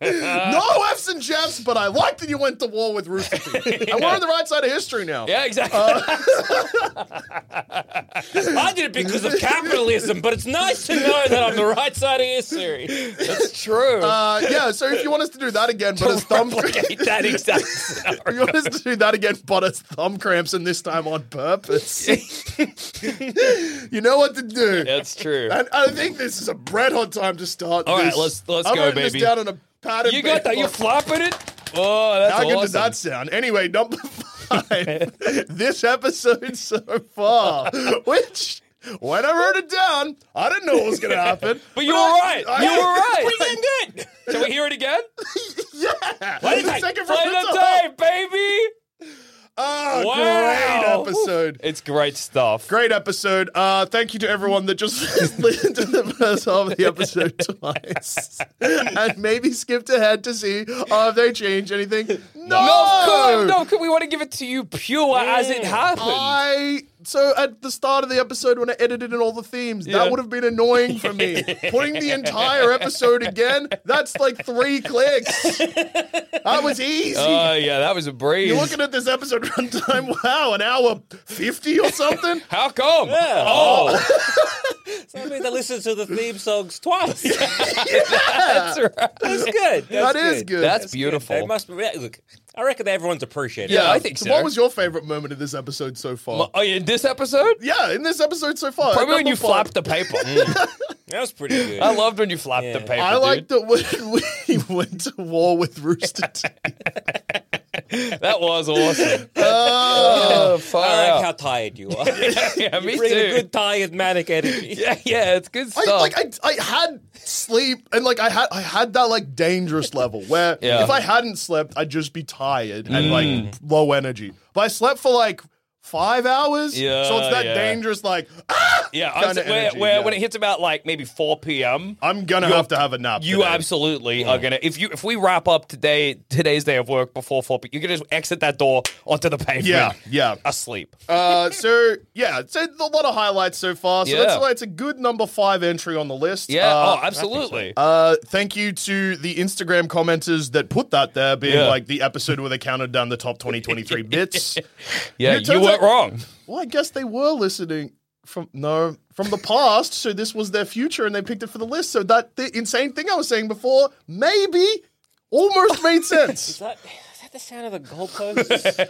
B: no F's and Jeffs, but I like that you went to war with Rooster Teeth. And we're on the right side of history now.
C: Yeah, exactly.
B: Uh,
K: I did it because of capitalism, but it's nice to know that I'm the right side of history.
C: That's true.
B: Uh, yeah, so if you want us to do that again, but as thumb
C: Replicate that exact. scenario.
B: If you want us to do that again, but as thumb cramps, and this time on purpose. you know what to do.
C: That's true.
B: And I think this is a bread hot time to start.
C: All
B: All
C: right, let's- let's
B: I'm
C: go,
B: writing
C: baby.
B: This down on a pad of
C: You got that?
B: paper.
C: You flapping it? Oh, that's
B: How
C: awesome.
B: good does that sound? Anyway, number five. this episode so far, which When I wrote it down, I didn't know what was going to happen.
C: But you were right.
B: I-
C: You were right.
B: Pretty
C: damn good. Shall we hear it again?
B: yeah.
C: Play
B: The
C: the
B: second
C: play
B: from the
C: the
B: top.
C: tape, baby.
B: Oh,
C: Wow.
B: great episode.
C: It's great stuff.
B: Great episode. Uh, thank you to everyone that just listened to the first half of the episode twice. and maybe skipped ahead to see uh, if they change anything. No!
C: No, no, we want to give it to you pure as it happened.
B: I so at the start of the episode when I edited in all the themes,
C: Yeah.
B: that would have been annoying for me. Putting the entire episode again, that's like three clicks. That was easy.
C: Oh yeah, that was a breeze.
B: You're looking at this episode runtime. Wow, an hour fifty or something.
C: How come?
K: Yeah.
C: Oh,
K: Somebody that listens to the theme songs twice.
C: that's right.
K: That's good. That's
B: That is good.
C: That's,
K: good.
C: beautiful.
K: They must be, look, I reckon everyone's appreciated.
C: Yeah,
K: it.
C: I think
B: So
C: so.
B: What was your favorite moment of this episode so far?
C: My- oh, yeah, in this episode? Mm.
B: yeah, in this episode so far,
C: Probably when
B: number
C: you
B: five.
C: flapped the paper.
K: that was pretty good.
C: I loved when you flapped the paper.
B: I like
C: dude.
B: that when we went to war with Rooster Teeth.
C: that was awesome.
B: Oh,
C: oh,
K: I
C: far
K: like
C: out.
K: how tired you are.
C: yeah,
K: you
C: me
K: bring a
C: too.
K: good tired manic energy.
C: yeah, yeah, it's good
B: I,
C: stuff.
B: like I, I had sleep and like I had I had that like dangerous level where
C: Yeah. Mm.
B: if I hadn't slept I'd just be tired and like low energy. But I slept for like five hours,
C: Yeah,
B: so it's that
C: yeah.
B: dangerous like ah,
C: yeah, I was-
B: kinda
C: where,
B: energy,
C: where
B: yeah.
C: when it hits about like maybe four p.m.
B: I'm gonna
C: You're-
B: have to have a nap.
C: You
B: today.
C: absolutely are gonna if you if we wrap up today today's day of work before four, p- you're gonna just exit that door onto the pavement.
B: Yeah, yeah.
C: asleep.
B: Uh, so yeah, so a lot of highlights so far. So
C: Yeah.
B: that's why it's a good number five entry on the list.
C: Yeah,
B: Uh,
C: oh, absolutely.
B: Uh, thank you to the Instagram commenters that put that there, being
C: Yeah.
B: like the episode where they counted down the top 2023 bits.
C: yeah,
B: it turns
C: you weren't
B: out-
C: wrong.
B: Well, I guess they were listening from no from the past, so this was their future, and they picked it for the list. So that the insane thing I was saying before maybe almost made
K: Is
B: sense.
K: that, is that the sound of the goalposts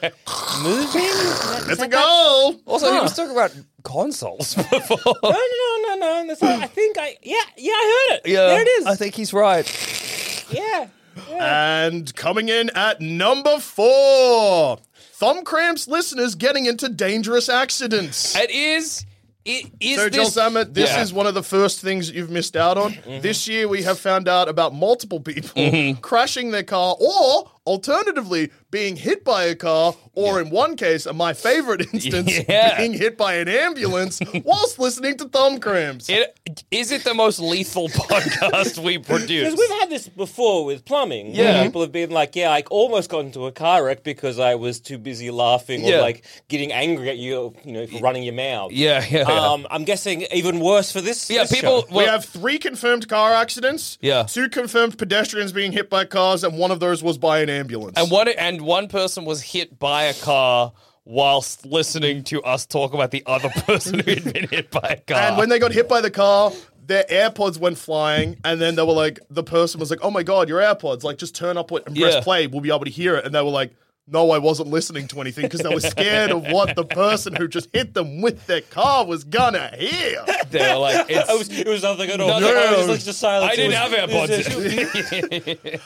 K: moving?
B: It's a goal.
C: Also, he was talking about consoles before.
K: No, no, no, no, no. That's not, I think I. Yeah, yeah, I heard it. There it is.
C: I think he's right.
K: yeah.
B: And coming in at number four, thumb cramps listeners getting into dangerous accidents.
C: It is. It is
B: so, Joel
C: this.
B: Zammett, this
C: Yeah. Mm-hmm.
B: is one of the first things that you've missed out on. This year, we have found out about multiple people crashing their car or, alternatively, being hit by a car, or in one case, and my favorite instance,
C: Yeah.
B: being hit by an ambulance whilst listening to thumb cramps.
C: It, is it the most lethal podcast we produce?
K: Because we've had this before with plumbing. where
C: Yeah.
K: People have been like, yeah, I almost got into a car wreck because I was too busy laughing
C: Yeah.
K: or like getting angry at you, you know, for running your mouth.
C: Yeah, yeah.
K: Um, I'm guessing even worse for this.
C: yeah,
K: this
C: people.
K: show.
C: well,
B: we have three confirmed car accidents,
C: Yeah.
B: two confirmed pedestrians being hit by cars, and one of those was by an ambulance.
C: and one and one person was hit by a car whilst listening to us talk about the other person who had been hit by a car.
B: And when they got hit by the car, their AirPods went flying, and then they were like, the person was like, "Oh my god, your AirPods! Like, just turn up what- and press
C: Yeah.
B: play. We'll be able to hear it." And they were like, "No, I wasn't listening to anything because they were scared of what the person who just hit them with their car was gonna hear."
C: they were like, it's,
K: It was, it was nothing at all.
C: Nothing.
K: I was listening to silence.
C: I didn't have
K: It was- Uh, it was-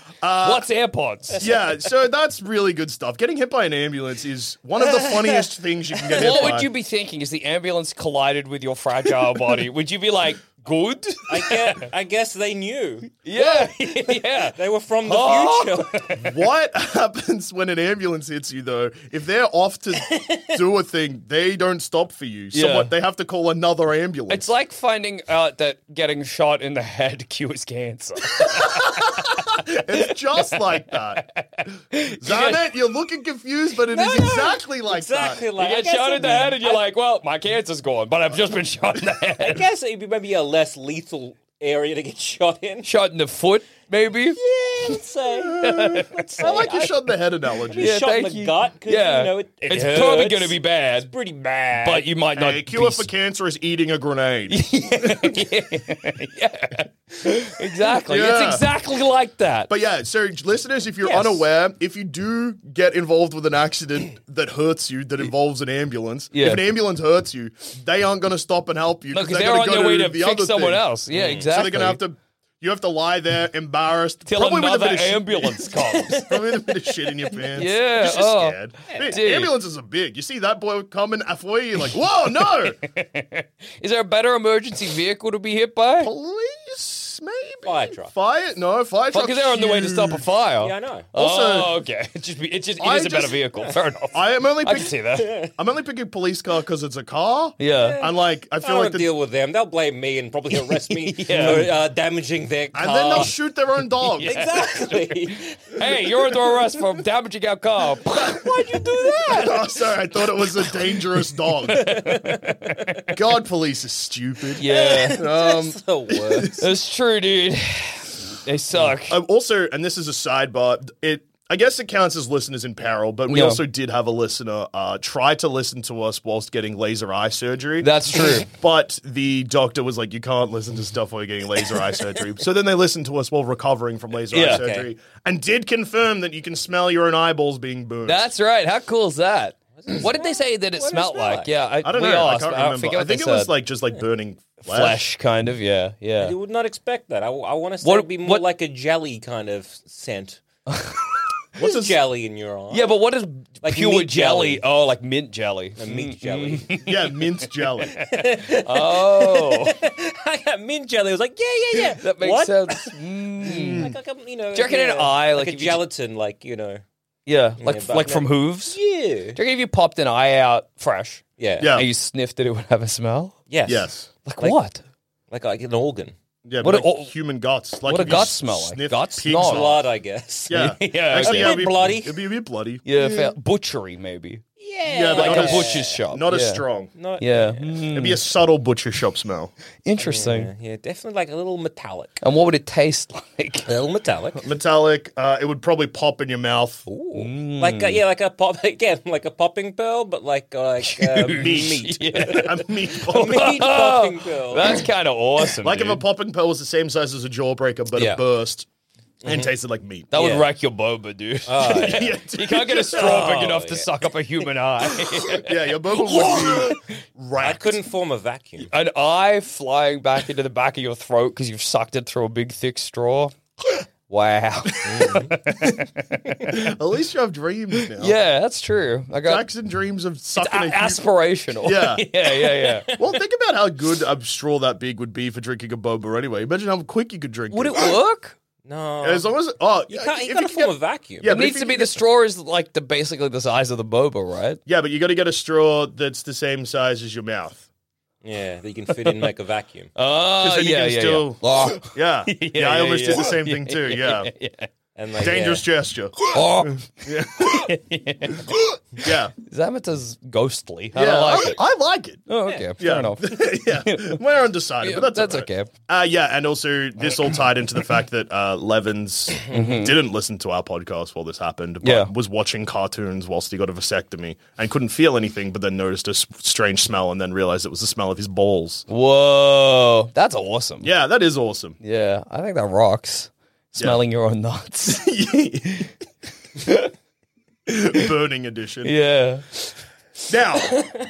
C: AirPods. What's AirPods?
B: Yeah, so that's really good stuff. Getting hit by an ambulance is one of the funniest things you can get hit
C: What
B: by.
C: would you be thinking as the ambulance collided with your fragile body? Would you be like, good?
K: I guess, I guess they knew.
C: Yeah, yeah.
K: They were from the
C: Oh.
K: future.
B: What happens when an ambulance hits you though? If they're off to do a thing, they don't stop for you. So
C: Yeah.
B: what? They have to call another ambulance.
C: It's like finding out that getting shot in the head cures cancer.
B: It's just like that. Zanet, you're looking confused, but it is
K: No, no.
B: exactly like
K: exactly
B: that.
K: like
C: You
K: I
C: get
K: guess
C: shot
K: it-
C: in the head and you're
K: I-
C: like, well, my cancer's gone, but I've just been shot in the
K: I
C: head.
K: guess it'd be maybe a less lethal area to get shot in.
C: Shot in the foot, maybe?
K: Yeah, let's say. Let's say.
B: I like your
K: I-
B: shot in the head analogy.
K: Yeah. shot in the gut, 'cause,
C: yeah.
K: you know, it- it
C: it's probably
K: hurts.
C: going to be bad,
K: Pretty bad.
C: but you might not
B: Hey,
C: be
B: cure for cancer is eating a grenade.
C: Exactly.
B: Yeah.
C: It's exactly like that.
B: but yeah, so listeners, if you're
C: Yes.
B: unaware, if you do get involved with an accident that hurts you, that involves an ambulance,
C: Yeah.
B: if an ambulance hurts you, they aren't going to stop and help you
C: no,
B: because
C: because
B: they're
C: they're
B: going
C: on
B: to go
C: their way
B: to
C: to
B: the other
C: fix someone
B: thing. Mm.
C: else. Yeah,
B: So
C: exactly.
B: they're going to have to. You have to lie there embarrassed.
C: Till
B: probably with a
C: another
B: bit of shit-
C: ambulance comes.
B: probably with a bit of shit in your pants.
C: Yeah,
B: You're just
C: oh,
B: scared. Man,
C: dude.
B: ambulances are big. You see that boy coming halfway, you're like, whoa, no!
C: Is there a better emergency vehicle to be hit by?
B: Police, maybe?
E: Fire truck.
B: Fire? No, fire truck.
C: Because they're on the way to stop a fire.
E: Yeah, I know.
B: Also-
C: oh, okay. It's just, it's just, it
B: I
C: is a better
B: just-
C: vehicle. Fair enough.
B: I am only.
C: I
B: Pick-
C: can see that.
B: I'm only picking police car because it's a car.
C: Yeah.
B: And like, I
E: I
B: feel
E: don't
B: like the
E: deal with them. They'll blame me and probably arrest me
C: Yeah.
E: for uh, damaging their car.
B: and then they'll shoot their own dog.
E: exactly.
C: hey, you're under arrest for damaging our car.
E: Why'd you do that?
B: oh, sorry, I thought it was a dangerous dog. God, police is stupid.
C: yeah,
B: Um,
E: It's the worst.
C: that's true, dude. They suck.
B: Um, also, and this is a sidebar. It, I guess, it counts as listeners in peril. But we
C: Yeah.
B: also did have a listener uh, try to listen to us whilst getting laser eye surgery.
C: That's true.
B: But the doctor was like, "You can't listen to stuff while you're getting laser eye surgery." So then they listened to us while recovering from laser
C: Yeah.
B: eye surgery, and did confirm that you can smell your own eyeballs being burned.
C: That's right. How cool is that? What did they say that it
E: What does it
C: smelled
E: smell
C: like?
E: like?
C: Yeah, I,
B: I don't
C: we
B: know.
C: Asked,
B: I can't
C: but I,
B: remember.
C: forget what
B: think
C: they
B: it was
C: said.
B: like just like burning flesh.
C: flesh, kind of. Yeah, yeah.
E: You would not expect that. I, want to say
C: What-
E: it'd be more
C: what-
E: like a jelly kind of scent. What's a jelly in your eye?
C: Yeah, but what is
E: Like
C: pure
E: mint
C: jelly?
E: jelly.
C: Oh, like mint jelly.
E: A mint jelly.
C: Mm.
B: Yeah, mint jelly.
C: Oh,
E: I got mint jelly. I was like, yeah, yeah, yeah.
C: that makes
E: What?
C: sense. Mm.
E: Like, like, um, you know,
C: Do you reckon an
E: yeah,
C: eye, like,
E: like,
C: if
E: a
C: you-
E: gelatin, like you know,
C: Yeah, like
E: Yeah, but
C: like
E: no.
C: from hooves.
E: yeah,
C: Do you reckon if you popped an eye out fresh
E: yeah,
B: Yeah.
C: and you sniffed it, it would have a smell?
E: yes,
B: Yes.
C: Like,
E: Like-
C: what?
E: like like an organ,
B: Yeah,
C: What
B: but
C: do-
B: like
C: oh,
B: human guts. Like
C: what do
B: if you
C: guts smell like?
B: sniff
C: Guts?
B: pig's
C: No.
B: blood.
E: blood, I guess.
B: Yeah,
C: Yeah,
B: Actually,
E: A
B: yeah,
C: okay.
E: bit
B: it'd be-
E: bloody.
B: It'd be a bit bloody.
C: Yeah, fair- butchery maybe.
E: yeah,
B: Yeah, but
C: Like
B: not
C: a
B: as-
C: butcher's shop. Mm.
B: Not as
C: yeah.
B: strong.
E: Not,
C: Yeah.
B: It'd be a subtle butcher shop smell.
C: Interesting.
E: yeah, yeah, definitely like a little metallic,
C: And what would it taste like?
E: a little metallic.
B: Metallic. Uh, it would probably pop in your mouth.
E: Like
C: Mm.
E: uh, yeah, like a pop again, like a popping pearl, but like like uh, meat,
B: A meat pop.
E: meat popping pearl.
C: That's kind of awesome.
B: like if
C: Oh, dude.
B: a popping pill was the same size as a jawbreaker, but
C: Yeah.
B: it burst and tasted like meat.
C: that would
E: yeah.
C: wreck your boba, dude.
E: Oh,
B: yeah,
C: you can't get a straw big
E: Oh,
C: enough to
E: yeah.
C: suck up a human eye.
B: yeah, your bubble would be
E: I
B: racked.
E: couldn't form a vacuum.
C: An eye flying back into the back of your throat because you've sucked it through a big thick straw. Wow.
B: At least you have dreams now.
C: yeah, that's true. I got
B: Jackson dreams of
C: it's
B: sucking
C: a-
B: a, human.
C: aspirational.
B: Yeah.
C: yeah, yeah, yeah.
B: Well, think about how good a straw that big would be for drinking a boba anyway. Imagine how quick you could drink
C: Would
B: it.
C: it work?
E: No,
B: As long as oh,
E: you can't.
B: if
E: You gotta
B: can
E: form
B: get-
E: a vacuum.
B: Yeah,
C: it
B: but if
C: needs
B: you
C: to be
B: can
C: the
B: get-
C: straw is like the basically the size of the boba, right?
B: Yeah, but you got to get a straw that's the same size as your mouth.
E: yeah, that you can fit in like a vacuum.
C: Oh,
B: then you
C: yeah,
B: can
C: yeah,
B: still-
C: yeah. Oh,
B: Yeah, yeah, I
C: yeah,
B: almost
C: yeah.
B: did the same thing too. Yeah,
E: And like,
B: dangerous gesture.
C: oh.
B: Yeah, yeah.
C: Zameter's ghostly. I
B: yeah.
C: don't like it.
B: I like it.
C: Oh, okay. Fair
B: Yeah.
C: enough.
B: yeah, we're undecided,
C: Yeah,
B: but that's
C: that's
B: all right.
C: okay.
B: Uh, yeah, and also this all tied into the fact that uh, Levins didn't listen to our podcast while this happened, but
C: Mm-hmm. Yeah.
B: was watching cartoons whilst he got a vasectomy and couldn't feel anything, but then noticed a s- strange smell and then realized it was the smell of his balls.
C: Whoa, that's awesome.
B: Yeah, that is awesome.
C: Yeah, I think that rocks. Smelling your own nuts.
B: Burning edition.
C: yeah.
B: Now,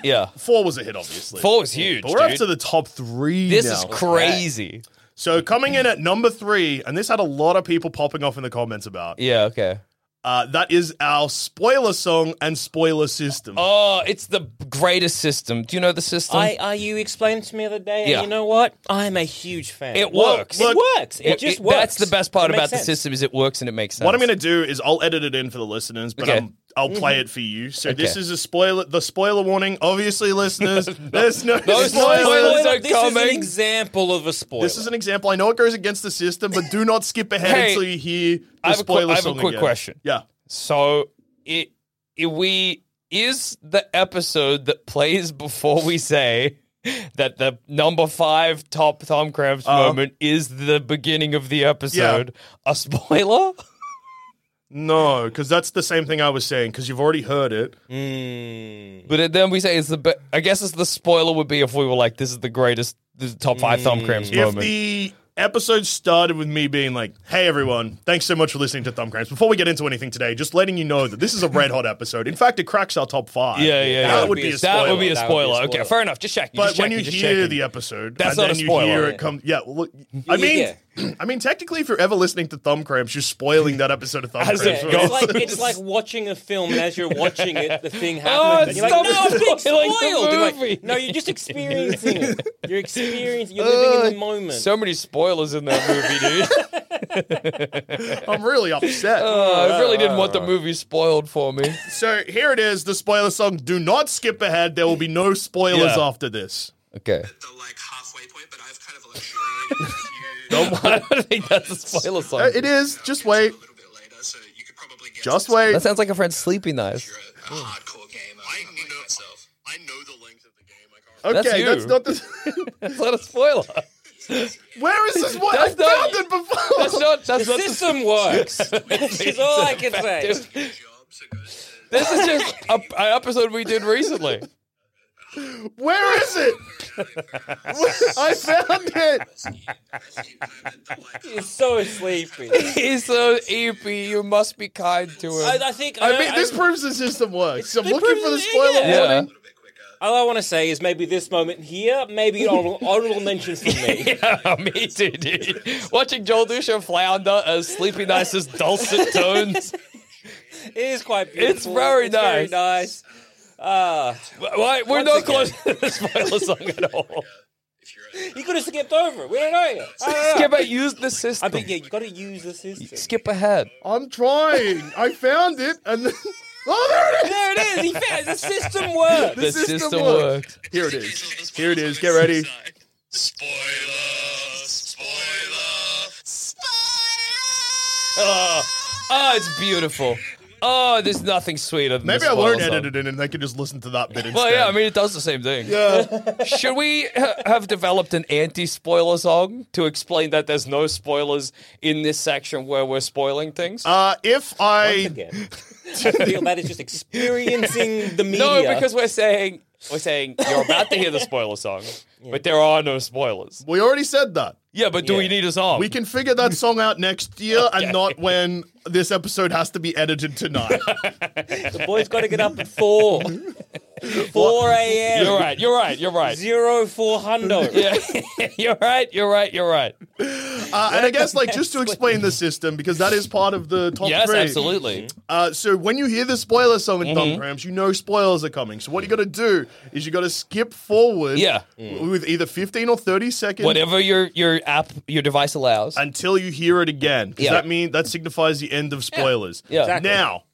C: Yeah.
B: four was a hit, obviously.
C: Four was huge.
B: But we're up
C: dude.
B: to the top three
C: this
B: now.
C: is crazy.
B: so coming in at number three, and this had a lot of people popping off in the comments about.
C: Yeah, okay.
B: Uh, that is our spoiler song and spoiler system.
C: Oh, it's the greatest system. Do you know the system?
E: I, I, you explained to me the other day,
C: Yeah.
E: and you know what? I'm a huge fan.
C: It works.
E: It
C: Look,
E: works. It, just works.
C: That's the best part
E: It
C: about
E: makes
C: the
E: sense.
C: system is it works and it makes sense.
B: What I'm going to do is I'll edit it in for the listeners, but
C: Okay. Mm-hmm.
B: I'm, I'll play it for you. So this
C: Okay.
B: is a spoiler. The spoiler warning, obviously, listeners. There's no,
C: no
E: Spoiler,
C: Spoilers are
E: this is
C: coming.
E: an example of a spoiler.
B: This is an example. I know it goes against the system, but do not skip ahead
C: Hey,
B: until you hear the
C: I have a qu-
B: spoiler
C: I have a
B: song
C: quick
B: again.
C: question.
B: Yeah.
C: So it, it we is the episode that plays before we say that the number five top Tom Cramps
B: Uh-huh.
C: moment is the beginning of the episode. A spoiler?
B: No, because that's the same thing I was saying. Because you've already heard it.
C: Mm-hmm.
E: Mm.
C: But it- then we say it's the. Be- I guess it's the spoiler would be if we were like, this is the greatest, this is the top five thumb cramps
B: Mm. If
C: moment.
B: the episode started with me being like, "Hey everyone, thanks so much for listening to Thumb Cramps." Before we get into anything today, just letting you know that this is a red hot episode. In fact, it cracks our top five.
C: yeah, yeah, yeah.
B: That would be a spoiler.
C: That would be a
E: That would be a
C: spoiler. Okay,
E: spoiler.
C: fair enough. Just checking.
B: But
C: just
B: when
C: checking,
B: you
C: just
B: hear
C: checking.
B: the episode,
C: That's
B: and
C: not a
B: then you
C: spoiler.
B: hear it come, yeah. Well, I
E: Yeah,
B: mean,
E: yeah.
B: I mean, technically, if you're ever listening to Thumb Cramps, you're spoiling that episode of Thumb
C: As
B: Cramps.
C: it
B: right?
C: goes.
M: It's like it's like watching a film, and as you're watching it, the thing
C: Oh,
M: happens. and you're like, no,
C: stop
M: I'm being
C: spoiling the
M: spoiled. You're like,
C: movie.
M: no, you're just experiencing it. You're experiencing. You're living in the moment.
C: So many spoilers in that movie, dude.
B: I'm really upset.
C: Oh, I really didn't want
B: Uh.
C: the movie spoiled for me.
B: So here it is, the spoiler song. Do not skip ahead. There will be no spoilers
C: Yeah.
B: after this.
C: Okay.
B: Oh
C: I don't think that's a spoiler song.
B: Uh, it is. Just wait. Just wait.
C: That sounds like a friend's sleepy knife.
B: okay,
C: that's you.
B: that's not the.
C: That's not a spoiler.
B: Where is this? What I
C: That's not-
B: found it before.
C: That's not. That's
M: the
C: not.
M: system works. That's all I can say.
C: This is just a, an episode we did recently.
B: Where is it? I found it.
M: He's so sleepy.
C: He's so eepy. E You must be kind to
M: I,
C: him.
M: I think.
B: I mean,
M: I-
B: this proves the system works. I'm
M: it
B: looking for the
M: proves it,
B: spoiler
M: yeah.
B: warning.
M: all I want to say is maybe this moment here, maybe an honorable, honorable mention from me.
C: yeah, me too, dude. Watching Joel Dusha flounder as Sleepy Nice's dulcet tones.
M: It is quite beautiful.
C: It's very
M: Very
C: nice.
M: nice. Ah,
C: Why, we're
M: Once
C: not
M: again.
C: close to the spoiler song at all.
M: you could have skipped over it. We don't know yet. I don't know.
C: Skipper used the
M: I
C: system.
M: think yeah, you got to use the system.
C: Skip ahead.
B: I'm trying. I found it, and then oh, there it is.
M: There it is. He found the system works.
C: The
B: system
C: system,
B: worked.
C: worked.
B: Here it is. Here it is. Get ready.
C: Oh, oh, it's beautiful. Oh, there's nothing sweeter than
B: Maybe
C: the
B: I won't
C: spoiler
B: edit
C: song.
B: it in, and they can just listen to that bit instead.
C: um, Well, yeah, I mean, it does the same thing. Should we ha- have developed an anti-spoiler song to explain that there's no spoilers in this section where we're spoiling things?
B: uh, if I
M: Again. I feel that is just experiencing the media.
C: no, because we're saying we're saying you're about to hear the spoiler song, but there are no spoilers.
B: we already said that.
C: Yeah, but do we need a song?
B: We can figure that song out next year and not when this episode has to be edited tonight.
M: the boy's got to get up at four, four a.m.
C: You're right. You're right. You're right.
M: Zero four hundo.
C: Yeah, you're right. You're right. You're right.
B: Uh, and I guess, like, just to explain the system, because that is part of the top
C: yes,
B: three.
C: absolutely. Mm-hmm.
B: Uh, so when you hear the spoiler song in Thumb Cramps, you know spoilers are coming. So what you got to do is you got to skip forward
C: Yeah.
B: w- with either 15 or 30 seconds
C: Whatever your your app your device allows.
B: until you hear it again. 'Cause
C: Yeah.
B: that mean that signifies the end of spoilers.
C: Yeah. Exactly.
B: Now,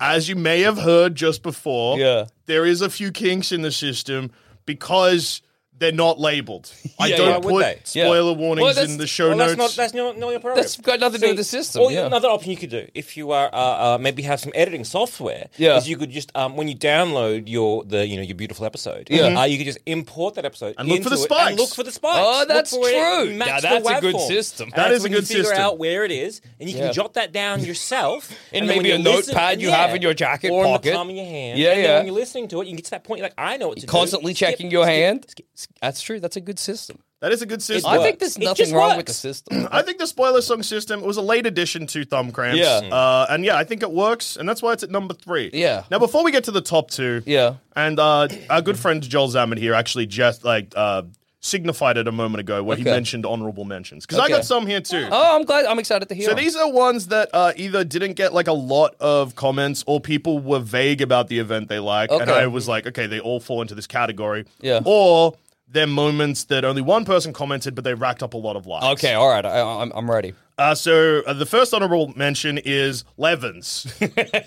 B: as you may have heard just before,
C: Yeah.
B: there is a few kinks in the system because they're not labeled. I
C: Yeah,
B: don't
C: yeah. Why
B: put
M: would they?
C: Yeah.
B: spoiler warnings
C: that's-
B: in the show
M: Well,
B: notes.
M: that's not that's not, not your problem.
C: That's got nothing to do with the system,
M: Or
C: yeah.
M: another option you could do, if you are uh, uh, maybe have some editing software,
C: Yeah.
M: is you could just um, when you download your the you know your beautiful episode,
C: Yeah.
M: uh, you could just import that episode
B: And look for
M: into
B: the
M: it
B: spikes.
M: And look for the spikes.
C: Oh,
M: Look
C: that's
M: for where it
C: true.
M: matched
C: Now, that's
M: the
C: a good
M: wav form.
C: system.
M: And
B: That
M: that's
B: is a
M: when
B: good
M: you Figure
B: system.
M: out where it is, and you
C: Yeah.
M: can jot that down yourself,
C: In
M: and then
C: maybe
M: when
C: a
M: you listen-
C: notepad
M: and
C: you
M: yeah,
C: have in your jacket
M: or in
C: pocket.
M: the palm of your hand.
C: Yeah,
M: and then
C: yeah.
M: When you're listening to it, you can get to that point. You're like, I know what to do.
C: Constantly
M: Skip,
C: checking your
M: skip,
C: hand.
M: skip.
C: That's true. That's a good system.
B: that is a good system.
C: I think
M: works.
C: there's
M: It
C: nothing
M: just
C: wrong with
M: works.
C: the system.
B: I think the spoiler song system was a late addition to Thumb Cramps.
C: Yeah.
B: Uh, and yeah, I think it works, and that's why it's at number three.
C: Yeah.
B: Now, before we get to the top two,
C: Yeah.
B: and uh, our good friend Joel Zaman here actually just like uh, signified it a moment ago where he
C: Okay.
B: mentioned honorable mentions because I
C: Okay.
B: got some here too.
C: Oh, I'm glad. I'm excited to hear.
B: So
C: them.
B: these are ones that uh, either didn't get like a lot of comments or people were vague about the event they like, and
C: Okay.
B: I was like, okay, they all fall into this category.
C: Yeah.
B: Or they're moments that only one person commented, but they racked up a lot of likes.
C: Okay, all right. I, I'm, I'm ready.
B: Uh, so uh, the first honorable mention is Levens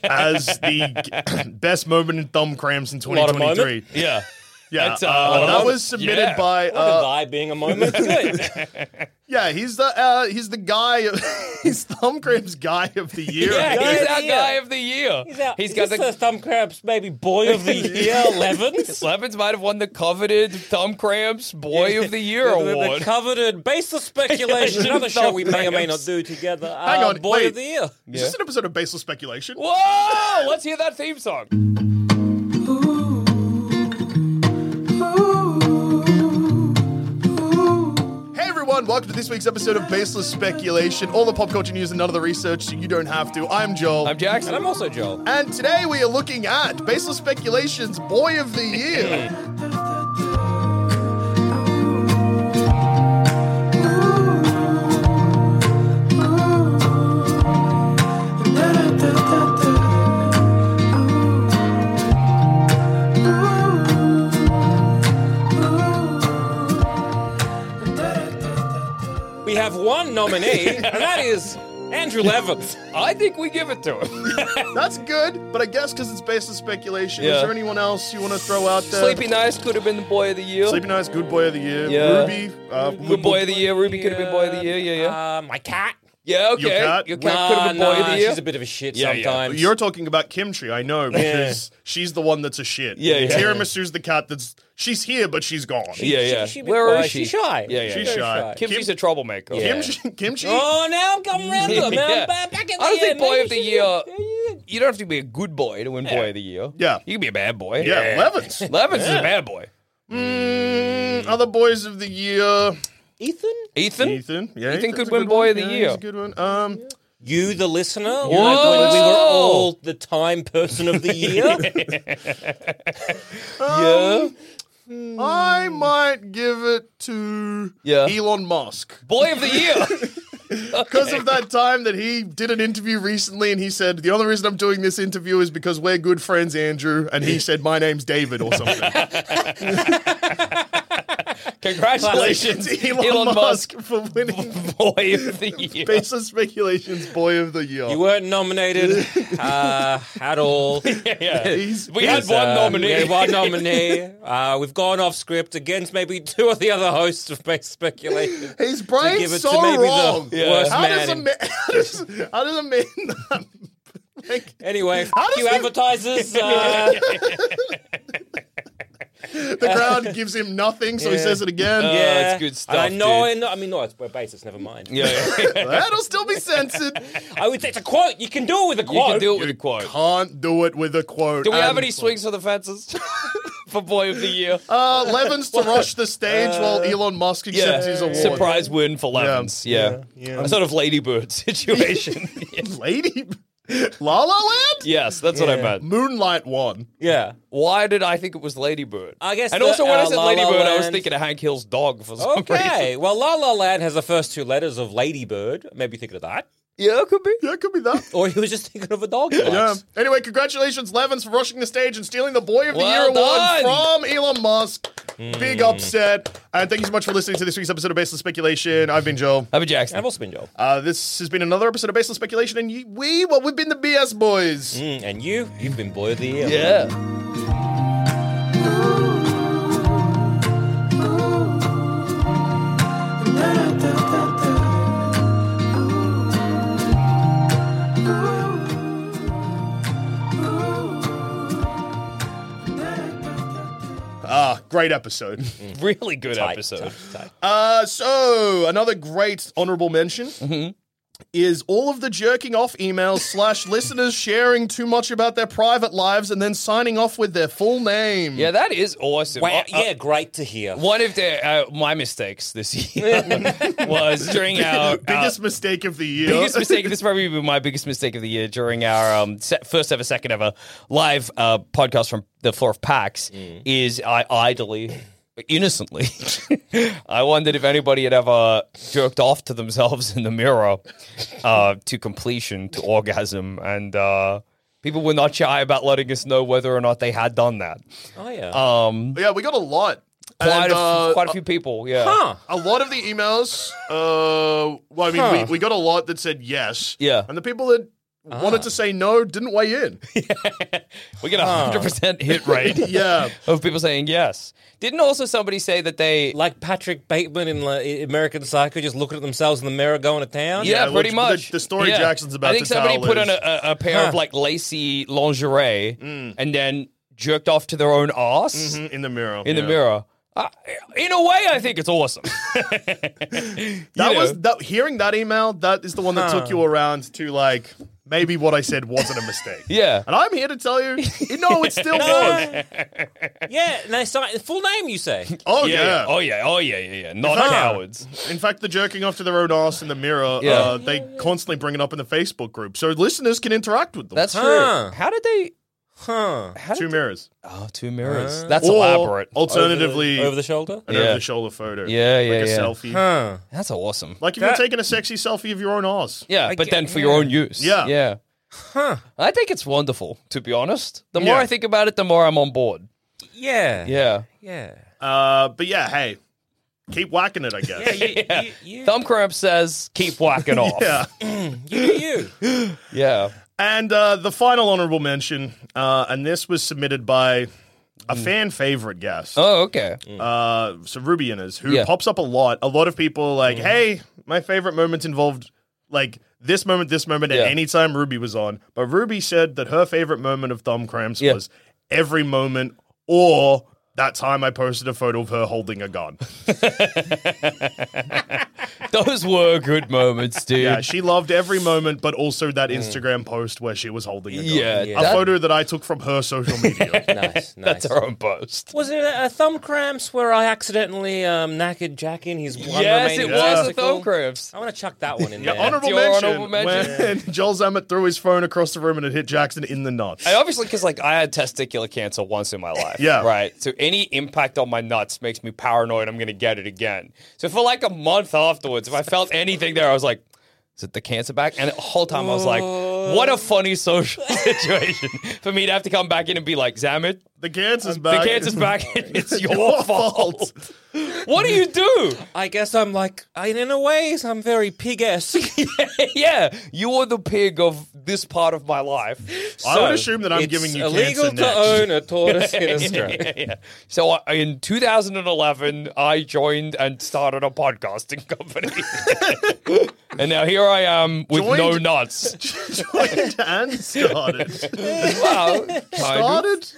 B: as the g- best moment in thumb cramps in
M: Lot of
B: 2023.
C: Yeah.
B: Yeah,
C: That's, uh,
B: uh,
C: what a
B: that
C: moment.
B: was submitted
C: Yeah.
B: by.
M: What a
B: Uh,
M: guy being a moment. Good.
B: yeah, he's the uh, he's the guy. he's thumb cramps guy of the year.
C: Yeah,
M: guy
C: he's
M: of
C: our
M: the year.
C: guy of the year.
M: He's out.
C: He's
M: He's
C: got
M: got the
C: the.
M: thumb crabs, maybe boy of the year, Levins.
C: Levins might have won the coveted Thumb Cramps Boy of the Year
M: The- the-
C: award.
M: The coveted baseless speculation. Another show we may or may not do together. Uh,
B: Hang on,
M: boy
B: wait.
M: of the year.
B: Is this an episode of Baseless Speculation?
C: Whoa! Let's hear that theme song.
B: Hey everyone, welcome to this week's episode of Baseless Speculation. All the pop culture news and none of the research, so you don't have to. I'm Joel.
C: I'm Jackson. I'm also Joel.
B: and today we are looking at Baseless Speculation's Boy of the Year.
M: have one nominee, and that is Andrew Levins.
C: I think we give it to him.
B: That's good, but I guess because it's based on speculation.
C: Yeah.
B: Is there anyone else you want to throw out there?
C: Sleepy Nice could have been the boy of the year.
B: Sleepy Nice, good boy of the year.
C: Yeah.
B: Ruby, uh,
C: Good boy of the year. Ruby could have been boy of the year. Yeah, yeah.
M: Uh, my cat.
C: Yeah, okay.
B: Your cat?
C: could have been boy of
M: nah,
C: the year.
M: she's a bit of a shit
C: Yeah, yeah.
M: sometimes.
B: You're talking about Kimchi, I know, because she's the one that's a shit.
C: Yeah, yeah.
B: Tiramisu's the cat that's she's here, but she's gone.
C: yeah, yeah.
M: she- she-
C: Where
M: uh,
C: is she?
M: she's shy.
C: Yeah, yeah.
B: She's
C: yeah.
B: shy. Kim-
C: Kimchi's a troublemaker.
B: Kimchi, Kimchi.
M: Oh, now I'm coming round to it, man.
C: Yeah.
M: Ba- Back in the
C: I don't
M: year,
C: think boy
M: maybe
C: of the
M: she's
C: year.
M: a-
C: You don't have to be a good boy to win boy of the year.
B: Yeah.
C: You can be a bad boy.
B: Yeah, Levens.
C: Levins is a bad boy.
B: Mm, other boys of the year.
M: Ethan?
C: Ethan.
B: Ethan. Yeah,
C: Ethan
B: Ethan's
C: could
B: a
C: win
B: good
C: boy
B: one.
C: of the
B: Yeah,
C: year.
B: He's a good one. Um,
M: You, the listener,
C: the
M: when we were
C: listener.
M: all the time person of the year.
C: Yeah.
B: I might give it to
C: Yeah.
B: Elon Musk.
C: Boy of the year.
B: Because of that time that he did an interview recently and he said, The only reason I'm doing this interview is because we're good friends, Andrew. And he said, My name's David or something.
C: Congratulations,
B: Elon, Musk, for winning
C: boy of the year.
B: Based on Speculations Boy of the Year.
M: You weren't nominated uh, at all.
B: He's-
C: We had
M: It's,
C: one
M: uh,
C: nominee.
M: yeah, one nominee. Uh, we've gone off script against maybe two of the other hosts of Base Speculation.
B: His brain's
M: give it to
B: so
M: maybe the
B: wrong.
M: worst
B: How,
M: man
B: does a
M: in-
B: man, how, does, how does a man make
M: Anyway,
B: How
M: fuck
B: does
M: you,
B: he-
M: advertisers. Uh,
B: the crowd gives him nothing, so he says it again?
M: yeah,
C: Oh, it's good
M: And I
C: stuff,
M: know,
C: dude.
M: and I mean, no, it's we're basis. Never mind.
C: yeah, yeah.
B: That'll still be censored.
M: I would. It's a quote. You can do it with a
C: you
M: quote.
C: can do it with a quote. Um,
B: Can't do it with a quote.
C: Do we have
B: And-
C: any swings for the fences for boy of the year?
B: Uh, Levens to rush the stage while Elon Musk accepts his award.
C: Uh, Surprise win for Levens. Yeah.
B: Yeah.
C: A sort of ladybird situation. Yeah.
B: Lady. La La Land?
C: yes, that's what I meant.
B: Moonlight won.
M: Yeah.
C: Why did I think it was Ladybird?
M: I guess
C: And
M: the,
C: also, when I
M: uh,
C: said
M: La La
C: Ladybird, I was
M: Land-
C: thinking of Hank Hill's dog for some
M: Okay.
C: reason.
M: Well, La La Land has the first two letters of Ladybird. Maybe thinking of that,
C: Yeah, it could be.
B: Yeah, it could be that.
M: or he was just thinking of a dog. he
B: Yeah.
M: likes.
B: Anyway, congratulations, Levins, for rushing the stage and stealing the Boy of the
C: Well
B: Year
C: done. Hmm.
B: award from Elon Musk. Big upset. And thank you so much for listening to this week's episode of Baseless Speculation. I've been Joel.
C: Have a Jackson.
M: And I've also been Joel.
B: Uh, this has been another episode of Baseless Speculation, and ye- we, well, we've been the BS boys.
M: Mm, and you, you've been boy of the year.
C: yeah.
B: Ah, great episode.
C: Really good
M: Tight,
C: episode.
M: tight, tight.
B: Uh, so another great honorable mention
C: Mm-hmm.
B: is all of the jerking off emails slash listeners sharing too much about their private lives and then signing off with their full name.
C: Yeah, that is awesome.
M: Wow,
C: Uh, uh,
M: yeah, great to hear.
C: One of the, uh, my mistakes this year was during our our-
B: Oh, biggest mistake of the year.
C: uh, biggest mistake. This probably be my biggest mistake of the year during our um, se- first ever, second ever live uh, podcast from the floor of PAX.
B: Mm.
C: Is I idly, innocently, I wondered if anybody had ever jerked off to themselves in the mirror uh, to completion, to orgasm, and uh, people were not shy about letting us know whether or not they had done that.
M: Oh yeah.
C: Um,
B: yeah, we got a lot.
C: quite,
B: And,
C: a, f-
B: uh,
C: quite a few people. Yeah.
M: huh.
B: a lot of the emails, uh, well, I mean, we, we got a lot that said yes.
C: Yeah. Ah.
B: And the people that wanted to say no didn't weigh in.
C: We get a hundred percent hit rate.
B: Yeah.
C: Of people saying yes. Didn't also somebody say that they
M: Like Patrick Bateman in like, American Psycho, just looking at themselves in the mirror, going to town.
C: Yeah,
B: Yeah,
C: pretty
B: which-
C: much.
B: the- the story
C: Yeah.
B: Jackson's about
C: I think
B: to
C: somebody
B: tell
C: put
B: is- Mm.
C: on a, a, a pair of
M: Huh.
C: like lacy lingerie and then jerked off to their own ass
B: In the mirror.
C: in
B: Mm-hmm.
C: the
B: yeah.
C: mirror. I, in a way, I think it's awesome.
B: That
C: You know.
B: was that hearing that email, that is the one that took you around to like maybe what I said wasn't a mistake.
C: Yeah.
B: And I'm here to tell you, no, it still was.
M: Yeah, and they sign full name. You say
B: Oh
C: yeah, yeah.
B: yeah.
C: Oh yeah. Oh yeah. Yeah. Yeah. Not
B: fact-
C: cowards.
B: In fact, the jerking off to their own ass in the mirror,
C: Yeah.
B: uh, they constantly bring it up in the Facebook group, so listeners can interact with them.
C: That's
M: Huh.
C: true. How did they?
M: Huh.
C: How
B: two
C: did
B: mirrors. oh.
C: They, oh, two mirrors. That's
B: Or
C: elaborate.
B: Alternatively,
M: over the shoulder.
B: an
C: Yeah.
B: over the shoulder photo.
C: Yeah, yeah,
B: like a
C: yeah.
B: selfie.
M: Huh.
C: That's awesome.
B: Like if
M: That-
B: you're taking a sexy selfie of your own ass.
C: Yeah,
M: I
C: but
M: get-
C: then for your own use.
B: Yeah.
C: Yeah. I think it's wonderful, to be honest. The more
B: Yeah.
C: I think about it, the more I'm on board.
M: Yeah.
C: Yeah.
M: Yeah.
B: Uh, but yeah, hey, keep whacking it, I guess.
C: yeah. Thumb cramp says keep whacking off.
B: Yeah.
M: you, you.
C: yeah.
B: And uh, the final honorable mention, uh, and this was submitted by a fan favorite guest.
C: Hmm. Oh, okay.
M: Mm.
B: Uh, so Ruby Innes, who
C: Yeah. Hmm.
B: pops up a lot. A lot of people are like, hey, my favorite moments involved like this moment, this moment,
C: Yeah.
B: at any time Ruby was on. But Ruby said that her favorite moment of thumb cramps
C: Yeah.
B: was every moment or that time I posted a photo of her holding a gun.
C: Those were good moments, dude.
B: Yeah, she loved every moment, but also that Instagram post where she was holding a gun.
C: Hmm. Yeah,
B: a
C: that-
B: photo that I took from her social media.
M: nice, nice.
C: That's her own post.
M: Was it a, a thumb cramps where I accidentally um, knackered Jack in his one
C: yes, it
M: remaining
C: was a
M: testicle?
C: thumb cramps.
M: I want to chuck that one in
B: Yeah,
M: there.
B: honorable,
C: Your
B: mention,
C: honorable mention.
B: When Joel Zammett threw his phone across the room and it hit Jackson in the nuts.
C: And obviously, because like I had testicular cancer once in my life,
B: Yeah.
C: right. So any impact on my nuts makes me paranoid. I'm going to get it again. So for like a month afterwards, if I felt anything there, I was like, "Is it the cancer back?" And the whole time I was like, "What a funny social situation for me to have to come back in and be like, Zamet,
B: The cancer's back.
C: um, the cancer's back. it's your, fault. what do you do?
M: I guess I'm like, I, in a way, I'm very pig-esque.
C: yeah, you are the pig of this part of my life.
B: I would assume that I'm
M: it's
B: giving you
M: illegal
B: cancer
M: to
B: next.
M: own a tortoise in Australia.
C: Yeah, yeah. So I, in 2011, I joined and started a podcasting company, and now here I am with no
B: Joined?
C: nuts.
B: Joined and started.
C: Wow, kind of.
B: Started?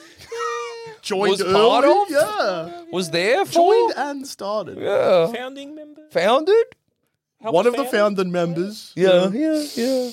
B: Joined
C: Was
B: early?
C: part of?
B: Yeah.
C: was there for
B: Joined and started.
C: yeah.
M: Founding member?
C: founded.
B: One of the founding members.
C: Yeah, yeah, yeah.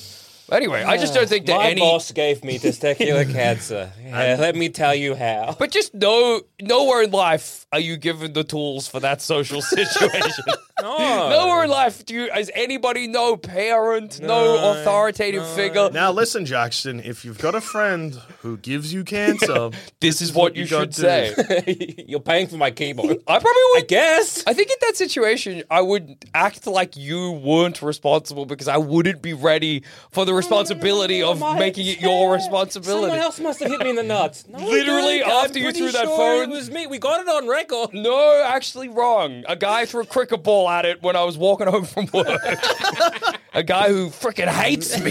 C: Anyway, I just don't think that
M: My
C: any.
M: boss gave me testicular cancer. Yeah, let me tell you how.
C: But just no, nowhere in life are you given the tools for that social situation.
M: No.
C: Nowhere in life do you, as anybody no parent, no, authoritative figure.
B: Now listen, Jackson. If you've got a friend who gives you cancer,
C: This is what you,
B: you
C: should
B: got
C: say.
B: to-
M: You're paying for my keyboard.
C: I probably
M: I
C: would.
M: guess.
C: I think in that situation, I would act like you weren't responsible because I wouldn't be ready for the responsibility of
M: My
C: making it your
M: hair.
C: responsibility.
M: Someone else must have hit me in the nuts. No, I
C: Literally
M: don't. I'm
C: after you
M: pretty
C: threw that
M: sure
C: phone-
M: it was me. We got it on record.
C: No, actually, wrong. A guy threw a cricket ball at it when I was walking home from work. a guy who freaking hates me.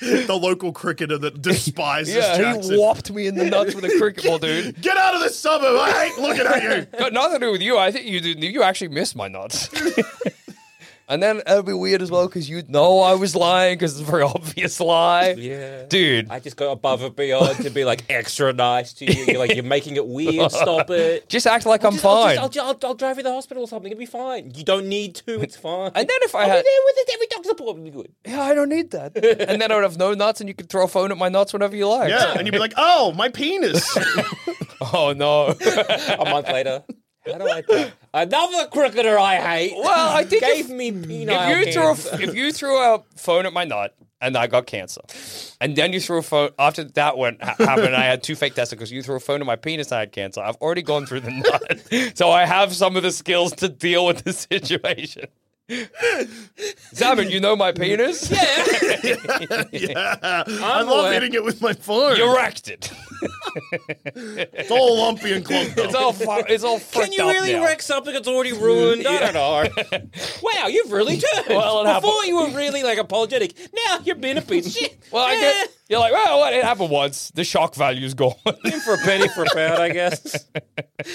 B: the local cricketer that despises
C: Yeah,
B: Jackson.
C: he whopped me in the nuts with a cricket ball, dude.
B: Get out of the suburb! I hate looking at you.
C: Got nothing to do with you. I think you did, you actually missed my nuts. and then it'd be weird as well because you'd know I was lying because it's a very obvious lie.
M: Yeah.
C: Dude,
M: I just got above and beyond to be like extra nice to you. You're like, you're making it weird. Stop it.
C: just act like I'm
M: Just- I'll,
C: fine.
M: just- I'll, ju- I'll, I'll drive you to the hospital or something. It'll be fine. You don't need to. It's fine.
C: And then if I
M: I'll
C: had-
M: be there with it. Every doctor's appointment. It'll be good.
C: yeah, I don't need that. and then I would have no nuts, and you could throw a phone at my nuts whenever you like.
B: Yeah, and you'd be like, "Oh, my penis."
C: Oh no.
M: A month later. How do I do- Another cricketer I hate.
C: Well, I think
M: gave
C: if-
M: me penile
C: if you threw
M: cancer.
C: a, if you threw a phone at my nut and I got cancer, and then you threw a phone after that went ha- happened, I had two fake testicles. You threw a phone at my penis, I had cancer. I've already gone through the nut, so I have some of the skills to deal with the situation. Zaman, you know my penis. Yeah,
B: I love
M: aware.
B: hitting it with my phone.
C: erected.
B: It's all lumpy and clumped.
C: It's all fu- it's all.
M: Can
C: fricked
M: you
C: up
M: really
C: now.
M: wreck something that's already ruined? I don't know. wow, you've really turned.
C: Well, it
M: Before
C: happened.
M: you were really like apologetic. Now you've been a piece of shit.
C: Well, I
M: Eh,
C: get, you're like, well, what? It happened once. The shock value's gone.
M: in for a penny for a pound, I guess.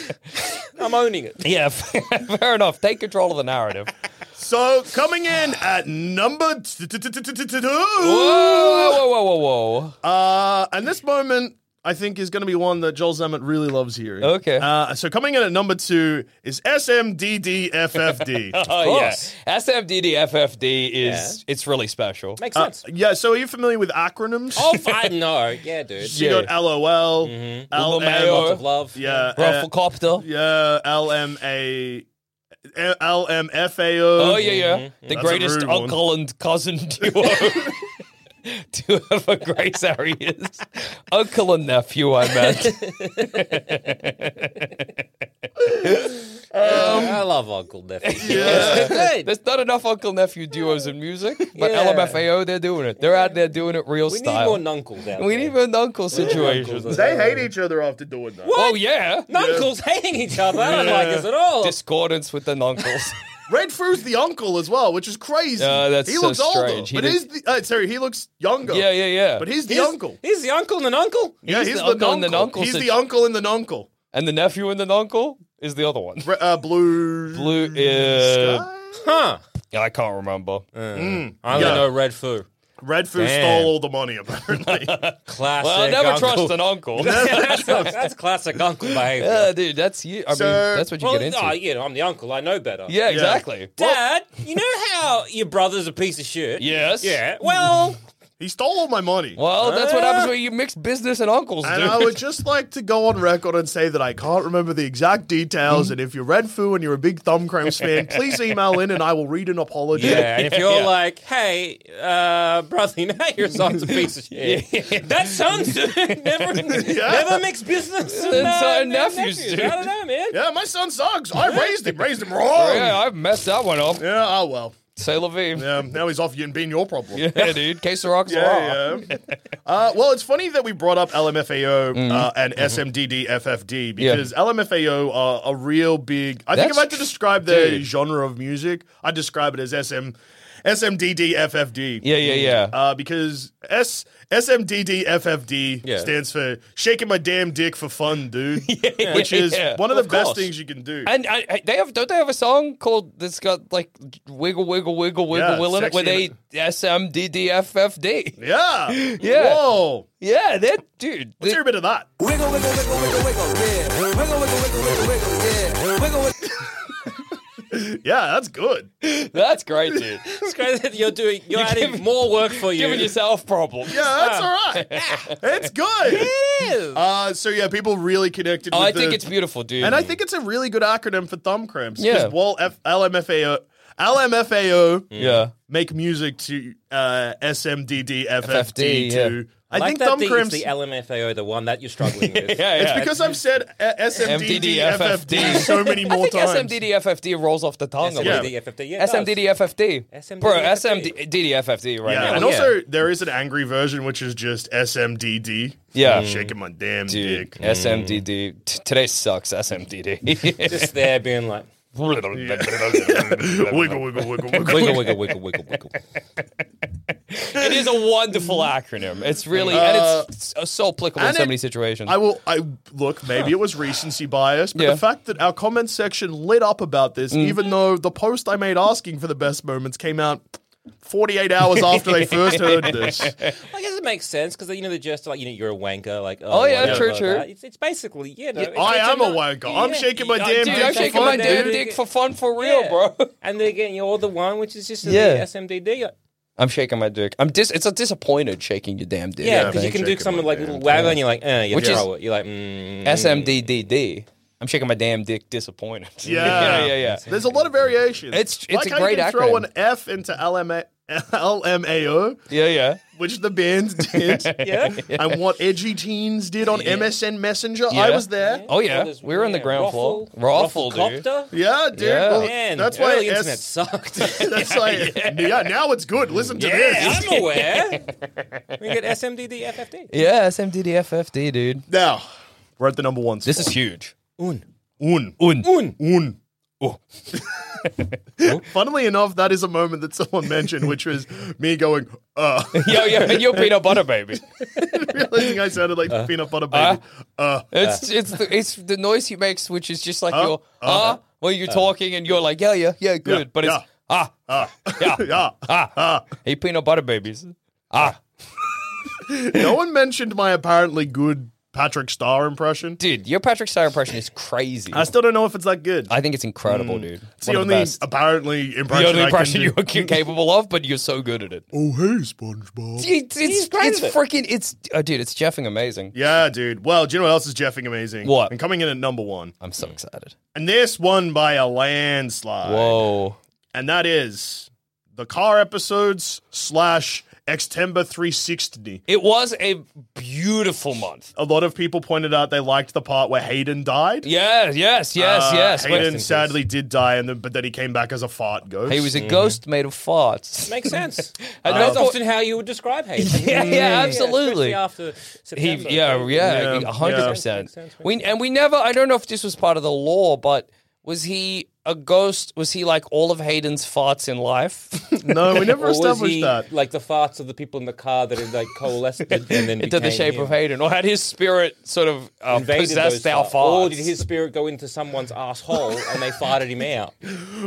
M: I'm owning it.
C: yeah, fair enough. Take control of the narrative.
B: So coming in at number t- t- t- t- t- t- two,
C: Oh, Whoa, whoa, whoa, whoa, whoa.
B: uh, and this moment I think is going to be one that Joel Zammett really loves hearing.
C: Okay.
B: Uh, so coming in at number two is SMDDFFD.
C: Oh yeah,
M: course.
C: SMDDFFD is it's really special.
M: Makes
B: Uh,
M: sense.
B: yeah. So are you familiar with acronyms?
M: Oh, I know. Yeah, dude.
B: So you got LOL, LM,
C: Mayo.
M: Lots of love.
B: yeah, uh,
C: Rufflecopter.
B: yeah, LMA, LMFAO.
C: Oh yeah, yeah.
M: Mm-hmm.
C: The
B: That's a
C: greatest
B: rude one.
C: uncle and cousin duo. Two of a grace areas. Uncle and nephew, I meant.
M: I love love Uncle Nephew.
C: There's not enough uncle nephew duos in music, but
M: Yeah.
C: LMFAO, they're doing it. They're out there doing it real
M: We need
C: style.
M: more nuncles out
C: We
M: there.
C: need more nuncle
M: need
C: situations.
M: nuncles.
B: They hate each other after doing that.
C: Oh, yeah.
M: Nuncles hating each other. I don't like this at all.
C: Discordance with the nuncles.
B: Red Fru's the uncle as well, which is crazy.
C: Yeah, that's
B: he
C: so
B: looks older,
C: strange. He
B: but
C: did-
B: he's the, uh, sorry, he looks younger.
C: Yeah, yeah, yeah.
B: But he's the
M: He's-
B: uncle.
M: He's the uncle and an uncle.
B: yeah, he's the,
C: uncle
B: uncle.
C: and the nuncle
B: He's the
C: situ-
B: uncle and the nuncle.
C: and the nephew and the nuncle is the other one.
B: Re- uh, blue.
C: Blue uh,
M: Huh.
C: I can't remember.
B: Mm.
M: I only
B: Yeah.
M: know Red Foo.
B: Red Foo
M: Damn.
B: stole all the money, apparently.
M: Classic.
C: Well, never
M: uncle.
C: trust an uncle.
M: that's, that's classic uncle behavior.
C: yeah, dude, that's you. I
M: So-
C: mean, that's what you
M: well,
C: get into.
M: Oh, yeah, I'm the uncle. I know better.
C: yeah, exactly.
M: Dad, you know how your brother's a piece of shit?
C: Yes.
M: Yeah. Well,
B: he stole all my money.
C: Well, that's what happens when you mix business and uncles,
B: and
C: dude.
B: I would just like to go on record and say that I can't remember the exact details. and if you're Red Foo and you're a big Thumb Cramps fan, please email in and I will read an apology.
M: yeah. And if you're
C: Yeah.
M: like, hey, uh, brother, you know your son's a piece of shit. That son's never, never mix business and,
C: And
M: uh,
C: son
M: and
C: and nephews,
M: nephews.
C: dude.
M: I don't know, man.
B: Yeah, my son sucks. I raised him, raised him wrong.
C: yeah, I've messed that one up.
B: Yeah, oh well.
C: Say Levine.
B: Yeah, now he's off you and being your problem.
C: Yeah, dude. Case of rocks
B: Yeah, yeah. Uh, well, it's funny that we brought up LMFAO
C: Mm-hmm.
B: uh, and SMDD FFD because LMFAO are a real big. I think if
C: That's
B: I had to describe their
C: dude.
B: genre of music, I'd describe it as SM, SMDD FFD.
C: Yeah, yeah, yeah.
B: Uh, because S SMDD FFD
C: Yeah.
B: stands for shaking my damn dick for fun, dude, which is
C: yeah.
B: one of the
C: Of
B: best
C: course.
B: things you can do.
C: And I, I- they have don't they have a song called that's got like wiggle wiggle wiggle wiggle
B: Yeah,
C: will in it where
B: sexy
C: they S M D D F F D.
B: yeah,
C: Yeah.
B: Whoa,
C: Yeah, that dude.
B: let's hear a bit of that.
H: Wiggle, wiggle, wiggle, wiggle, wiggle, yeah. Wiggle, wiggle, wiggle, wiggle, wiggle, yeah. Wiggle, wiggle.
B: Yeah, that's good.
C: That's great, dude.
M: It's crazy that you're doing, you're adding more work for you.
C: Giving yourself problems. Ah.
B: Yeah, that's all right. it's good. It is. Uh, so yeah, people really connected.
C: Oh,
B: with
C: I think
B: the-
C: it's beautiful, dude.
B: And I think it's a really good acronym for thumb cramps.
C: Yeah.
B: Because Wall F- LMFAO, LMFAO
C: yeah.
B: make music to uh, SMDD
C: FFD,
B: FFD to. I
M: like
B: think
M: that
B: thumb
M: the,
B: cramps.
M: It's the LMFAO, the one that you're struggling
C: Yeah,
M: with.
C: yeah.
B: it's because I've said uh, SMDD FFD so many
C: I
B: more
C: think
B: times.
C: SMDD FFD rolls off the tongue a little.
M: SMDD FFD. Yeah, it does.
C: SMDD FFD.
M: SMDD.
C: Bro, SMDD FFD right
B: Yeah,
C: now.
B: and
M: well,
B: also there is an angry version which is just SMDD.
C: Yeah.
B: shaking my damn
C: Dude,
B: dick.
C: SMDD. T- today sucks, SMDD.
M: Just there being like,
B: wiggle, wiggle, wiggle, wiggle.
M: wiggle, wiggle, wiggle, wiggle, wiggle.
C: It is a wonderful acronym. It's really and it's s- so applicable in
B: Uh, and
C: so
B: it-
C: many situations.
B: I will. I look. Maybe it was recency bias, but
C: Yeah. Mm.
B: the fact that our comment section lit up about this, even though the post I made asking for the best moments came out 48 hours after they first heard this.
M: I guess it makes sense because you know they're just like you know you're a wanker like oh,
C: Oh, yeah,
M: whatever,
C: true, true.
M: that. It's, it's basically you know it's-
B: I
M: it's
B: am a
M: not-
B: wanker. I'm shaking my damn
C: Dude,
B: dick
C: I'm
B: for
C: shaking my
B: fun,
C: damn
B: dude.
C: dick for fun for real, bro.
M: And they're getting you're the one which is just in
C: Yeah.
M: the SMDD. Yeah,
C: I'm shaking my dick. I'm dis- it's a disappointed shaking your damn dick. I
M: because you
C: think.
M: can do
B: shaking
M: something
B: my
M: like
B: damn
M: little waggle and you're like, eh, you
C: Which is-
M: throw it. You're like, mm,
C: SMDDD. I'm shaking my damn dick disappointed.
B: Yeah.
C: yeah, yeah, yeah.
B: There's a lot of variations.
C: It's- it's
B: like
C: a
B: how
C: great
B: you can throw
C: acronym.
B: an F into LMA, LMAO,
C: Yeah, yeah.
B: which the band did,
M: Yeah.
B: and what edgy teens did on MSN Messenger. I
C: Yeah.
B: was there.
C: Oh yeah,
M: there's-
C: we were on the
M: yeah,
C: ground
M: Ruffle,
C: floor. Ruffle, dude.
M: Copter.
B: Yeah, dude.
C: Yeah.
B: Well,
M: Man,
B: that's why
M: early
B: S-
M: internet sucked.
B: That's like yeah. Now it's good. Listen to
M: yeah,
B: this.
M: I'm aware. we get SMDD FFD.
C: Yeah, SMDDFFD, dude.
B: Now, we're at the number one.
C: This is huge.
M: Un.
B: un
C: Un. Oh.
M: Un.
B: un. Funnily enough, that is a moment that someone mentioned, which was me going, "Uh,"
C: Yo, yo, and your peanut butter baby.
B: realizing I sounded like the peanut butter baby. Uh,
C: It's it's the, it's the noise he makes, which is just like your ah when you're talking and you're like yeah yeah yeah good, but it's
B: Uh-huh. yeah. Uh-huh.
C: ah yeah
B: Uh. yeah.
C: ah ah. Hey, peanut butter babies. Ah,
B: No one mentioned my apparently good Patrick Starr impression.
C: dude, your Patrick Star impression is crazy.
B: I still don't know if it's that good.
C: I think it's incredible, dude.
B: Mm. it's
C: One
B: the
C: of
B: only
C: best.
B: apparently
C: the
B: impression.
C: only
B: I
C: impression
B: can
C: you're
B: do.
C: capable of, but you're so good at it.
B: Oh hey, SpongeBob.
C: It's it's,
M: great
C: it's
M: at it.
C: freaking it's oh, dude, it's jeffing amazing.
B: Yeah, dude. Well, do you know what else is jeffing amazing?
C: What?
B: And coming in at number one,
C: I'm so excited.
B: and this one by a landslide.
C: Whoa.
B: and that is the car episodes slash Xtember 360.
C: It was a beautiful month.
B: A lot of people pointed out they liked the part where Hayden died.
C: Yeah, yes, yes,
B: Uh,
C: yes.
B: Hayden sadly did die, and then, but then he came back as a fart ghost.
C: He was a ghost made of farts.
M: Makes sense. Uh,
C: I
M: That's
C: don't-
M: often how you would describe Hayden.
C: Yeah, yeah, absolutely.
M: especially after
C: He,
M: September.
C: yeah, yeah,
B: Yeah,
C: a hundred
B: yeah.
C: percent. We and we never. I don't know if this was part of the law, but was he a ghost? Was he like all of Hayden's farts in life?
B: No, we never
M: Or was
B: established
M: he
B: that.
M: like the farts of the people in the car that had like coalesced it and then
C: Into the
M: became
C: shape
M: him?
C: of Hayden, or had his spirit sort of uh,
M: Invaded
C: possessed
M: those
C: our
M: farts. Or
C: farts?
M: did his spirit go into someone's asshole and they farted him out?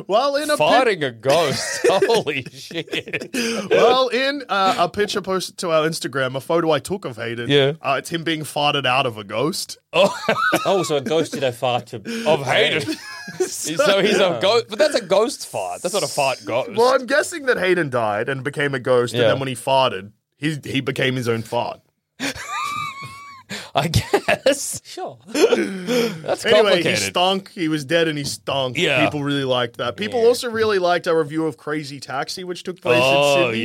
B: well, in a pic-
C: farting a ghost? Holy shit!
B: well, in uh, a picture posted to our Instagram, a photo I took of Hayden.
C: Yeah.
B: uh, it's him being farted out of a ghost.
M: Oh, so a ghost did a fart to
C: Of Hayden. so he's a ghost, but that's a ghost fart. That's not a fart ghost.
B: Well, I'm guessing that Hayden died and became a ghost,
C: Yeah.
B: and then when he farted, he he became his own fart.
C: I guess.
M: Sure.
C: That's
B: Anyway, he
C: complicated.
B: stunk. He was dead, and he stunk.
C: Yeah.
B: people really liked that. People also really liked our review of Crazy Taxi, which took place in
C: Oh,
B: Sydney.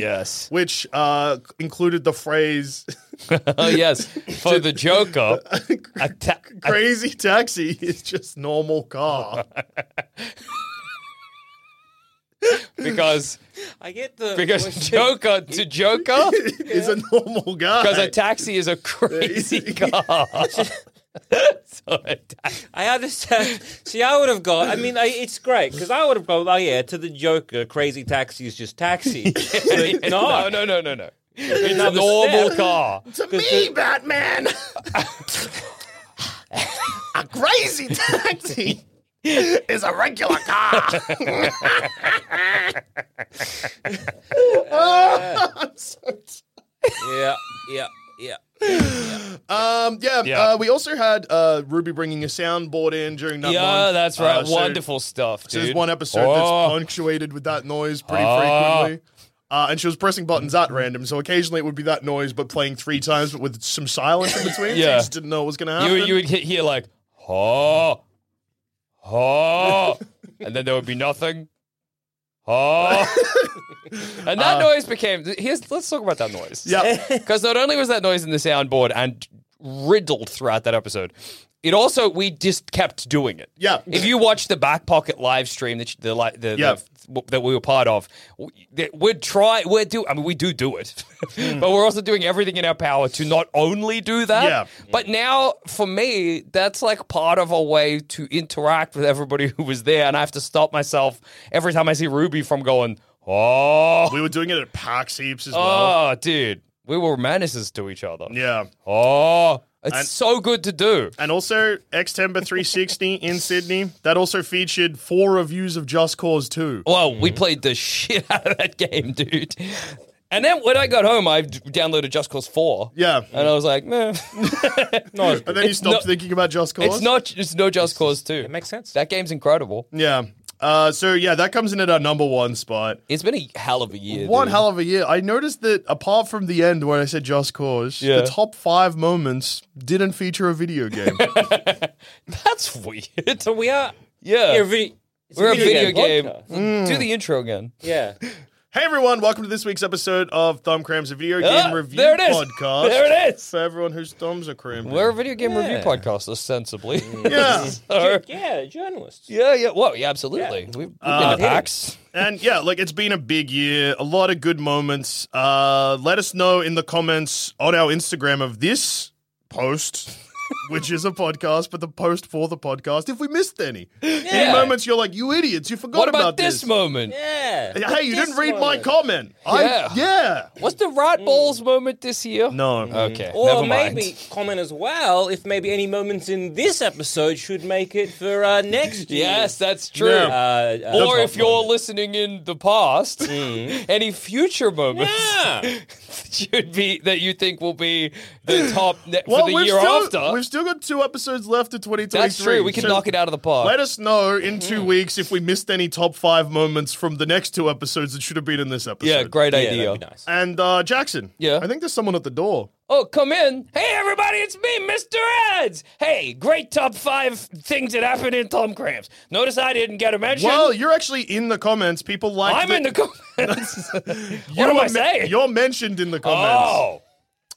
C: yes.
B: which uh, included the phrase
C: oh yes, for the Joker, a ta-
B: "Crazy Taxi is just normal car."
C: because
M: I get the
C: because Joker to Joker
B: is a normal guy.
C: because a taxi is a crazy car. so a taxi.
M: I understand. See, I would have gone. I mean, I, it's great because I would have gone. Oh yeah, to the Joker, crazy taxi is just taxi. But
C: no,
M: no,
C: no, no, no, no. It's a
M: Another
C: normal
M: step.
C: car.
B: to me, Batman. a crazy taxi is a regular car. I'm so t-
M: yeah, yeah, yeah.
B: um, yeah,
C: Yeah.
B: Uh, we also had uh, Ruby bringing a soundboard in during that
C: Yeah,
B: month.
C: that's right.
B: Uh, so-
C: Wonderful stuff,
B: So
C: dude.
B: there's one episode
C: Oh,
B: that's punctuated with that noise pretty
C: Oh.
B: frequently. Uh, and she was pressing buttons at random, so occasionally it would be that noise, but playing three times, but with some silence in between. so you
C: Yeah.
B: just didn't know what was going to happen.
C: you you would hit here like oh oh, and then there would be nothing. Oh, and
B: Uh.
C: that noise became. Here's let's talk about that noise.
B: yeah,
C: Because not only was that noise in the soundboard and riddled throughout that episode, it also we just kept doing it.
B: Yeah.
C: If you watch the back pocket live stream that you- the li- the,
B: Yeah.
C: the f- that we were part of, we, that we'd try we're do I mean we do do it,
B: Hmm.
C: but we're also doing everything in our power to not only do that,
B: Yeah.
C: but now for me that's like part of a way to interact with everybody who was there, and I have to stop myself every time I see Ruby from going oh
B: we were doing it at PAX heaps as well.
C: oh dude we were menaces to each other.
B: Yeah.
C: Oh, it's
B: And-
C: so good to do.
B: And also Xtember 360 in Sydney. That also featured four reviews of Just Cause 2.
C: Well, we played the shit out of that game, dude. And then when I got home, I d- downloaded Just Cause 4.
B: Yeah.
C: And uh, I was like, meh. no,
B: And then you stopped thinking about Just Cause.
C: It's not. It's no Just Cause 2. It
M: makes sense.
C: That game's incredible.
B: Yeah. Uh, so yeah, that comes in at our number one spot.
C: It's been a hell of a year.
B: One
C: dude.
B: hell of a year. I noticed that apart from the end where I said Just Cause,
C: Yeah.
B: the top five moments didn't feature a video game.
C: That's weird.
M: So we are.
C: Yeah.
M: Every, it's
C: We're a video game.
M: podcast.
B: Mm.
C: Do the intro again.
M: Yeah.
B: hey everyone, welcome to this week's episode of Thumb Cramps, a video game
C: Ah,
B: review
C: there it is.
B: podcast.
C: There it is.
B: For everyone whose thumbs are cramped.
C: We're a video game review
M: Yeah.
C: podcast, ostensibly.
B: Yeah.
C: So-
M: Yeah, journalists.
C: yeah, yeah. Well, yeah, absolutely.
M: Yeah.
C: We, we've been
B: Uh,
C: to PAX.
B: And yeah, like it's been a big year, a lot of good moments. Uh, let us know in the comments on our Instagram of this post, which is a podcast, but the post for the podcast, if we missed any. Any
C: Yeah.
B: moments you're like, you idiots, you forgot
C: What
B: about,
C: about this moment?
M: Yeah.
B: Hey, you
M: This
B: didn't read my
M: moment.
B: comment. I,
C: Yeah.
B: yeah.
C: What's the
M: Hmm.
C: right balls moment this year?
B: No.
C: Okay.
M: Or
C: never mind.
M: maybe comment as well if maybe any moments in this episode should make it for uh, next year.
C: Yes, that's true.
M: Uh, uh,
C: or if
M: top
C: you're
M: moment.
C: listening in the past, any future moments
M: Hmm. Yeah.
C: should be that you think will be the top ne-
B: Well,
C: for the
B: we've
C: year
B: still,
C: after.
B: We've still got two episodes left of 2023.
C: That's true. We can
B: so
C: knock it out of the park.
B: Let us know in two weeks if we missed any top five moments from the next two episodes that should have been in this episode.
C: Yeah, great idea.
M: that'd be nice.
B: And uh, Jackson.
C: Yeah.
B: I think there's someone at the door.
C: Oh, come in. Hey, everybody, it's me, Mr. Ads. Hey, great top five things that happened in Tom Cramps. Notice I didn't get a mention.
B: Well, you're actually in the comments. People like
C: I'm
B: that-
C: in the comments.
B: You
C: what am
B: were
C: I
B: men-
C: saying?
B: You're mentioned in the comments.
C: oh,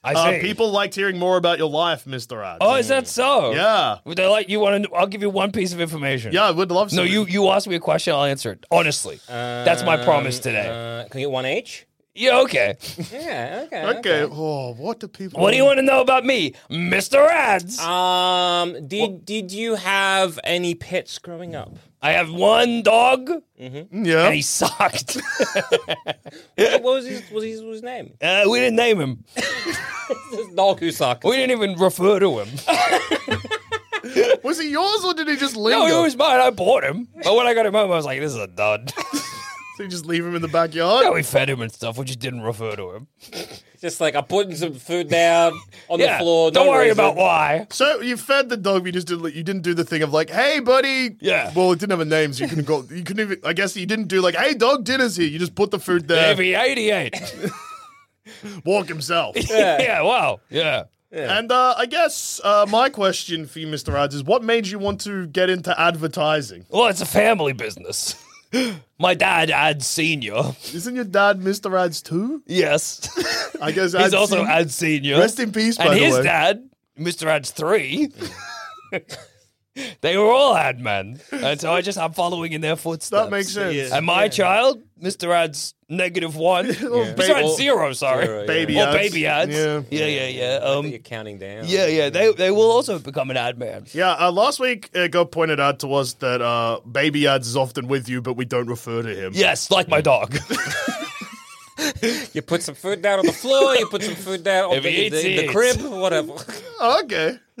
C: I
B: Uh,
C: see.
B: people liked hearing more about your life, Mr. Ads.
C: oh, is that so?
B: Yeah.
C: Would they like you want to? I'll give you one piece of information.
B: Yeah, I would love to.
C: No, you you ask me a question, I'll answer it honestly. That's my promise today.
M: Uh, can I get one H?
C: yeah, okay.
M: Yeah, okay.
B: Okay. Oh, what do people.
C: What do you want to know about me, Mr. Ads?
M: Uh, Um, did did you have any pets growing up?
C: I have one dog,
B: Yeah.
C: and he sucked.
M: what was his was his, was his name?
C: Uh, we didn't name him.
M: This dog who sucked.
C: We didn't even refer to him.
B: Was he yours or did he just linger?
C: no, he was mine. I bought him. But when I got him home, I was like, this is a dud.
B: So you just leave him in the backyard?
C: yeah, we fed him and stuff. We just didn't refer to him.
M: Just like I'm putting some food down on
C: yeah.
M: the floor.
C: Don't
M: no
C: worry
M: reason.
C: about why.
B: So you fed the dog, but you just didn't. You didn't do the thing of like, "Hey, buddy."
C: Yeah.
B: Well, it didn't have a name, so you couldn't go. You couldn't even. I guess you didn't do like, "Hey, dog, dinner's here." You just put the food there.
C: Maybe 88.
B: Walk himself.
C: yeah. wow. Yeah.
B: And uh, I guess uh, my question for you, Mister Ads, is what made you want to get into advertising?
C: Well, it's a family business. My dad, Ad Senior.
B: Isn't your dad Mister Ads too?
C: Yes.
B: I guess
C: He's
B: Ads
C: also
B: seem-
C: Ad Senior.
B: Rest in peace, by
C: and
B: the
C: his
B: way.
C: dad, Mr. Ads Three. they were all ad men, and so I just I'm following in their footsteps.
B: That makes sense. Yeah.
C: And my child, Mr. Ads negative one, Mr.
B: baby-
C: Ads zero, sorry,
M: Zero, yeah.
B: Baby
C: or
B: ads.
C: baby ads.
B: Yeah.
C: Yeah, yeah, yeah. yeah. Um,
M: You're counting down.
C: yeah, yeah. They they will also become an ad man.
B: Yeah, uh, last week it got pointed out to us that uh, Baby Ads is often with you, but we don't refer to him.
C: Yes, like my dog.
M: You put some food down on the floor. You put some food down on
C: If he
M: the,
C: eats,
M: the,
C: he
M: the
C: eats.
M: crib. Whatever.
B: Oh, okay.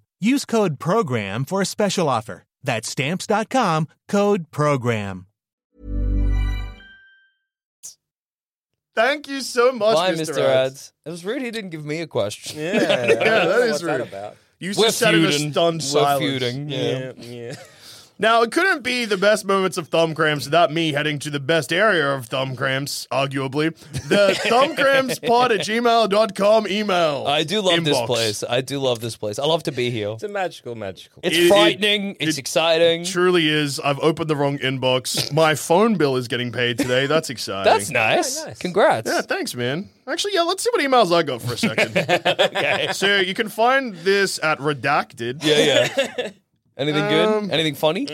N: Use code PROGRAM for a special offer. That's stamps.com code PROGRAM.
B: Thank you so much,
C: Bye,
B: Mr. Ads.
C: Mr. Ads. It was rude he didn't give me a question.
M: Yeah, yeah
B: that is
M: what's
B: rude.
M: That about?
B: You
C: We're
B: just sat in a
C: feuding.
B: stunned
C: We're
B: silence.
C: feuding.
M: Yeah, yeah.
B: Now, it couldn't be the best moments of thumb cramps without me heading to the best area of thumb cramps, arguably. The thumbcrampspod at gmail.com email.
C: I do love this
B: inbox.
C: place. I do love this place. I love to be here.
M: It's a magical, magical.
C: It's
B: It- it-
C: frightening.
B: it-
C: it's exciting.
B: Truly is. I've opened the wrong inbox. My phone bill is getting paid today. That's exciting.
C: That's nice.
M: nice.
C: Congrats.
B: Yeah, thanks, man. Actually, yeah, let's see what emails I got for a second. okay. So you can find this at redacted.
C: Yeah, yeah. Anything
B: Um,
C: good? Anything funny?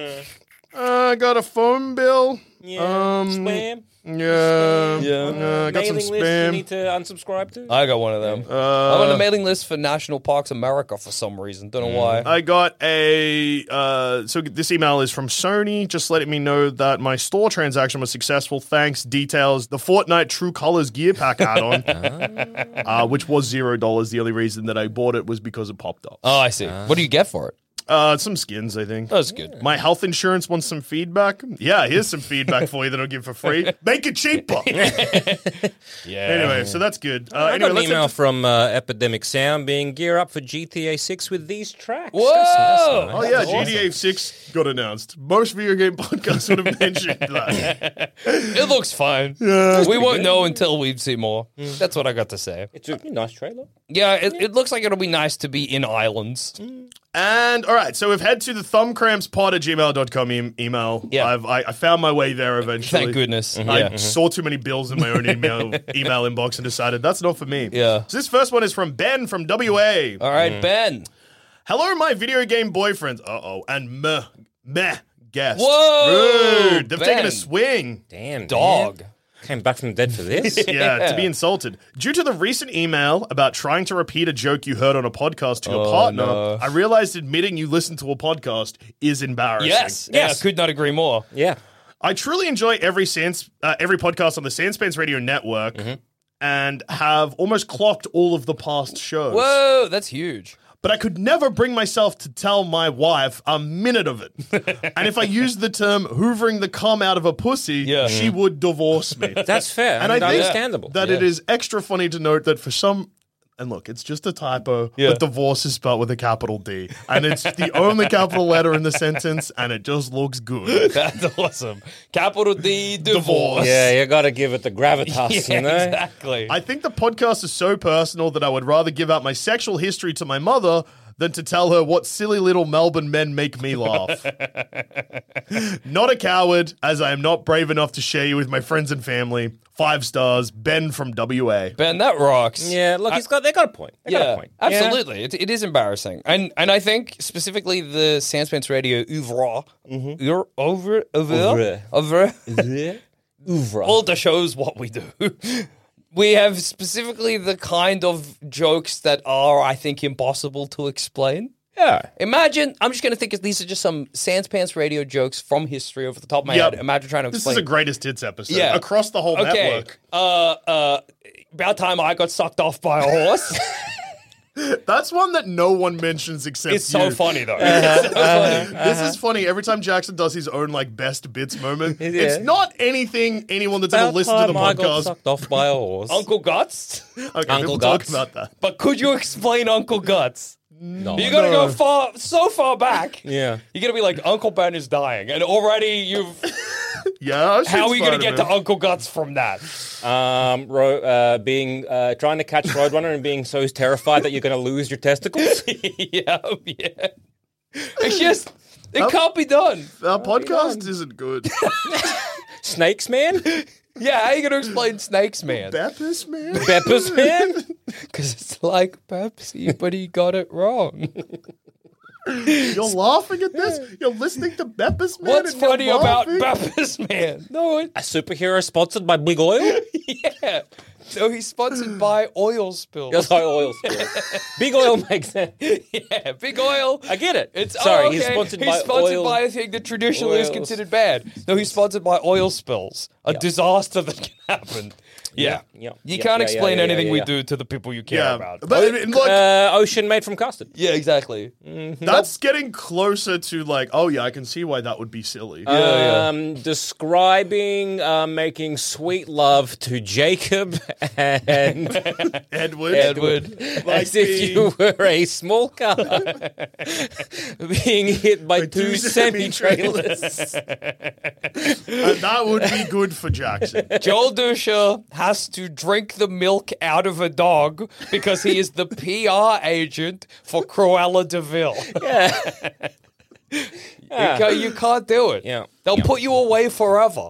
B: Uh, I got a phone bill.
M: Yeah.
B: Um,
M: Spam.
B: Yeah.
C: Yeah.
B: Uh, I got some
M: Mailing list you
B: spam.
M: need to unsubscribe to.
C: I got one of them.
B: Uh,
C: I'm on the mailing list for National Parks America for some reason. Don't know why.
B: Mm. I got a uh, so this email is from Sony, just letting me know that my store transaction was successful. Thanks. Details: the Fortnite True Colors gear pack add-on, uh, which was zero dollars. The only reason that I bought it was because it popped
M: Uh,
B: up.
C: oh, I see. what do you get for it?
B: Uh, some skins, I think.
C: That's good.
B: My health insurance wants some feedback. Yeah, here's some feedback for you that I'll give for free. Make it cheaper.
C: Yeah.
B: anyway, so that's good. Uh,
M: I got
B: anyway,
M: an
B: let's
M: email from uh, Epidemic Sound being gear up for GTA 6 with these tracks.
C: Whoa!
M: That's- that's nice.
B: Oh yeah, GTA Six got announced. Most video game podcasts would have mentioned that.
C: It looks fine. we won't know until we see more.
M: Mm.
C: That's what I got to say.
M: It's a nice trailer. Mm.
C: Yeah, it, it looks like it'll be nice to be in islands.
B: And all right, so we've had to the thumbcrampspod at gmail.com e- email. Yeah. I've, I, I found my way there eventually.
C: Thank goodness. Mhm.
B: I
C: Yeah. Mhm.
B: saw too many bills in my own email, email inbox and decided that's not for me.
C: Yeah.
B: So this first one is from Ben from WA.
C: All
M: Mm.
C: right, Ben.
B: Hello, my video game boyfriends. Uh oh. And meh, meh guest.
M: Whoa,
B: Rude. They've taken a
M: Ben.
B: swing.
M: Damn.
B: Dog.
M: man. Came back from the dead for this.
B: yeah, to be insulted. Due to the recent email about trying to repeat a joke you heard on a podcast to your
C: Oh,
B: partner,
C: no.
B: I realized admitting you listened to a podcast is embarrassing.
C: Yes, yes. I could not agree more.
M: Yeah.
B: I truly enjoy every sans, uh, every podcast on the Sanspans Radio Network
C: Mm-hmm.
B: and have almost clocked all of the past shows.
M: Oh,
C: Whoa, that's huge.
B: But I could never bring myself to tell my wife a minute of it. and if I used the term hoovering the cum out of a pussy, she
C: Mm-hmm.
B: would divorce me.
M: That's fair.
B: And I think
M: understandable.
B: that it is extra funny to note that for some and look, it's just a typo,
C: Yeah.
B: but divorce is spelled with a capital D. And it's the only capital letter in the sentence, and it just looks good.
C: That's awesome. Capital D divorce.
M: Yeah, you got to give it the gravitas,
C: Yeah,
M: you know?
C: exactly.
B: I think the podcast is so personal that I would rather give out my sexual history to my mother than to tell her what silly little Melbourne men make me laugh. not a coward, as I am not brave enough to share you with my friends and family. Five stars, Ben from WA.
C: Ben, that rocks.
M: Yeah, look, he's got, they got a point. They got a
C: Yeah,
M: point.
C: absolutely. It, it is embarrassing, and and I think specifically the Sandspants Radio ouvre,
M: Mm-hmm.
C: your over over
M: Ouvre.
C: over
M: Yeah. Ouvre.
C: all the shows what we do. We have specifically the kind of jokes that are, I think, impossible to explain.
M: Yeah.
C: Imagine, I'm just going to think of- these are just some Sandspants radio jokes from history over the top of my
B: Yep.
C: head. Imagine trying to
B: This
C: explain.
B: is a greatest hits episode
C: Yeah.
B: across the whole
C: okay.
B: network.
C: Uh, uh, about time I got sucked off by a horse.
B: That's one that no one mentions except
C: it's so
B: you.
C: funny, Uh-huh. though.
B: Uh-huh,
C: It's so funny.
B: This is funny. Every time Jackson does his own like best bits moment, it's
M: Yeah.
B: not anything anyone that's ever listened to the
M: I got
B: podcast.
M: sucked off by a horse.
C: Uncle Guts?
B: Okay,
M: Uncle
B: we'll talk
M: Guts.
B: about that.
C: But could you explain Uncle Guts?
M: No.
C: You gotta go far, so far back.
M: Yeah.
C: You gotta be like, Uncle Ben is dying, and already you've.
B: Yeah, I was
C: How are we gonna
B: inspired by
C: get to
B: it.
C: Uncle Guts from that?
M: Um, ro- uh, being uh, trying to catch Roadrunner and being so terrified that you're going to lose your testicles.
C: yeah, yeah. It's just it can't be done.
B: Our podcast isn't good.
M: Snakes, man.
C: Yeah, how are you gonna explain snakes, man?
B: Baptist man.
M: Peppers, man.
C: Because it's like Pepsi, but he got it wrong.
B: You're laughing at this. You're listening to Bepis man.
C: What's
B: and you're
C: funny about
B: laughing?
C: Baptist man? No, it,
M: A superhero sponsored by Big Oil.
C: yeah. So he's sponsored by oil spills.
M: That's how oil spill. Big Oil makes sense.
C: Yeah, big oil.
M: I get it.
C: It's
M: Sorry,
C: oh, okay.
M: he's sponsored by oil-
C: by a thing that traditionally is
M: oils.
C: considered bad. No, he's sponsored by oil spills, a disaster that can happen. Yeah,
M: yeah,
C: You
M: yeah,
C: can't
M: yeah,
C: explain
M: yeah, yeah,
C: anything
M: yeah,
C: we
M: yeah.
C: do to the people you care
B: Yeah,
C: about. Oh,
B: but I mean, look,
M: Uh, ocean made from custard.
C: yeah, exactly.
B: that's getting closer to like, oh yeah, I can see why that would be silly.
C: Oh,
M: Um, describing uh, making sweet love to Jacob and
B: Edward,
M: Edward as if you were a small car being hit by two semi trailers.
B: and that would be good for Jackson.
C: Joel Dusha has to drink the milk out of a dog because he is the PR agent for Cruella de Vil. You, ca- you can't do it.
M: Yeah.
C: They'll put you away forever.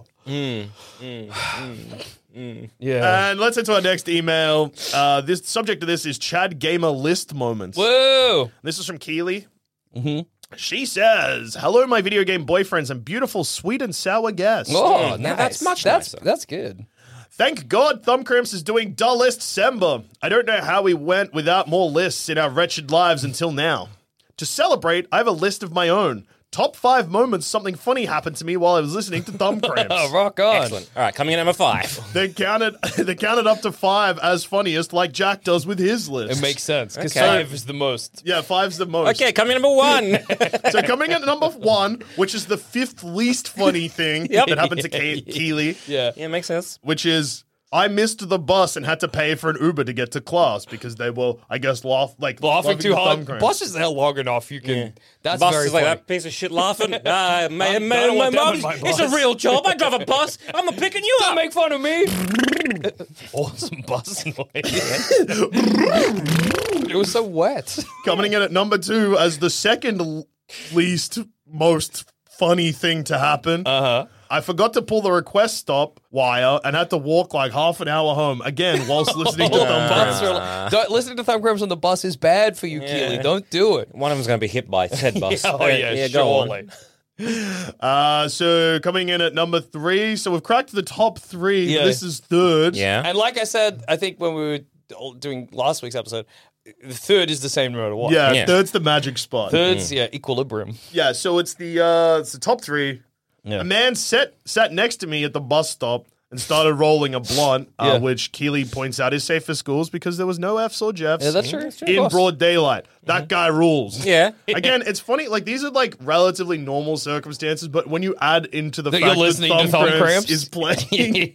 C: Yeah.
B: And let's head to our next email. Uh, this subject of this is Chad Gamer list moments.
M: Oh,
C: Whoa.
B: This is from Keely. Mm-hmm. She says, "Hello, my video game boyfriends and beautiful, sweet and sour guests.
C: Oh,
M: now
C: nice.
M: that's much
C: that's
M: nicer.
C: that's good.
B: Thank God Thumbcramps is doing dullest Semba. I don't know how we went without more lists in our wretched lives until now. To celebrate, I have a list of my own. Top five moments something funny happened to me while I was listening to
C: Oh,
B: Thumbcramps.
C: rock on.
M: Excellent. All right, coming in at number five.
B: they counted they counted up to five as funniest, like Jack does with his list.
C: It makes sense because
M: Okay.
C: five is the most.
B: yeah, five's the most.
M: Okay, coming in number one.
B: so coming in at number one, which is the fifth least funny thing
M: Yep.
B: that happened to Ke- Keely,
C: Yeah.
M: yeah, makes sense.
B: which is I missed the bus and had to pay for an Uber to get to class because they were, I guess, laugh like
C: Laughing too hard.
B: thumbcramps.
C: Bus is there long enough. You can. That's
M: bus
C: very
M: is like
C: funny.
M: that piece of shit laughing. Uh,
C: I
M: my,
C: don't
M: my, my
C: want them in
M: mom's,
C: my
M: it's a
C: bus.
M: real job. I drive a bus. I'm a picking you
C: Don't
M: up.
C: make fun of me. awesome bus noise. it was so wet.
B: Coming in at number two as the second l- least most funny thing to happen.
C: Uh huh.
B: I forgot to pull the request stop wire and had to walk like half an hour home again whilst listening to
C: Oh,
B: Thumb
C: bus
B: Cramps.
C: rel- don't, listening to thumb cramps on the bus is bad for you, Keely. Don't do it.
M: One of them's going to be hit by said bus.
C: Yeah, oh,
M: Uh,
C: yeah,
M: go on.
C: surely.
B: Uh, so coming in at number three, so we've cracked the top three.
C: Yeah.
B: This is third.
C: And like I said, I think when we were all doing last week's episode, the third is the same no matter what.
B: Yeah, third's the magic spot.
M: Hmm.
C: Third's, yeah, equilibrium.
B: Yeah, so it's the uh it's the top three.
C: Yeah.
B: A man sat sat next to me at the bus stop and started rolling a blunt, uh,
C: Yeah.
B: which Keeley points out is safe for schools because there was no Fs or Jeffs.
C: Yeah, that's true. That's true. Of
B: In
C: course. Mm-hmm.
B: broad daylight, that guy rules.
M: Yeah.
B: Again, it's funny. Like these are like relatively normal circumstances, but when you add into the
C: That
B: fact
C: you're listening
B: that
C: to
B: thumb,
C: Thumb
B: Cramps
C: Cramps?
B: is playing,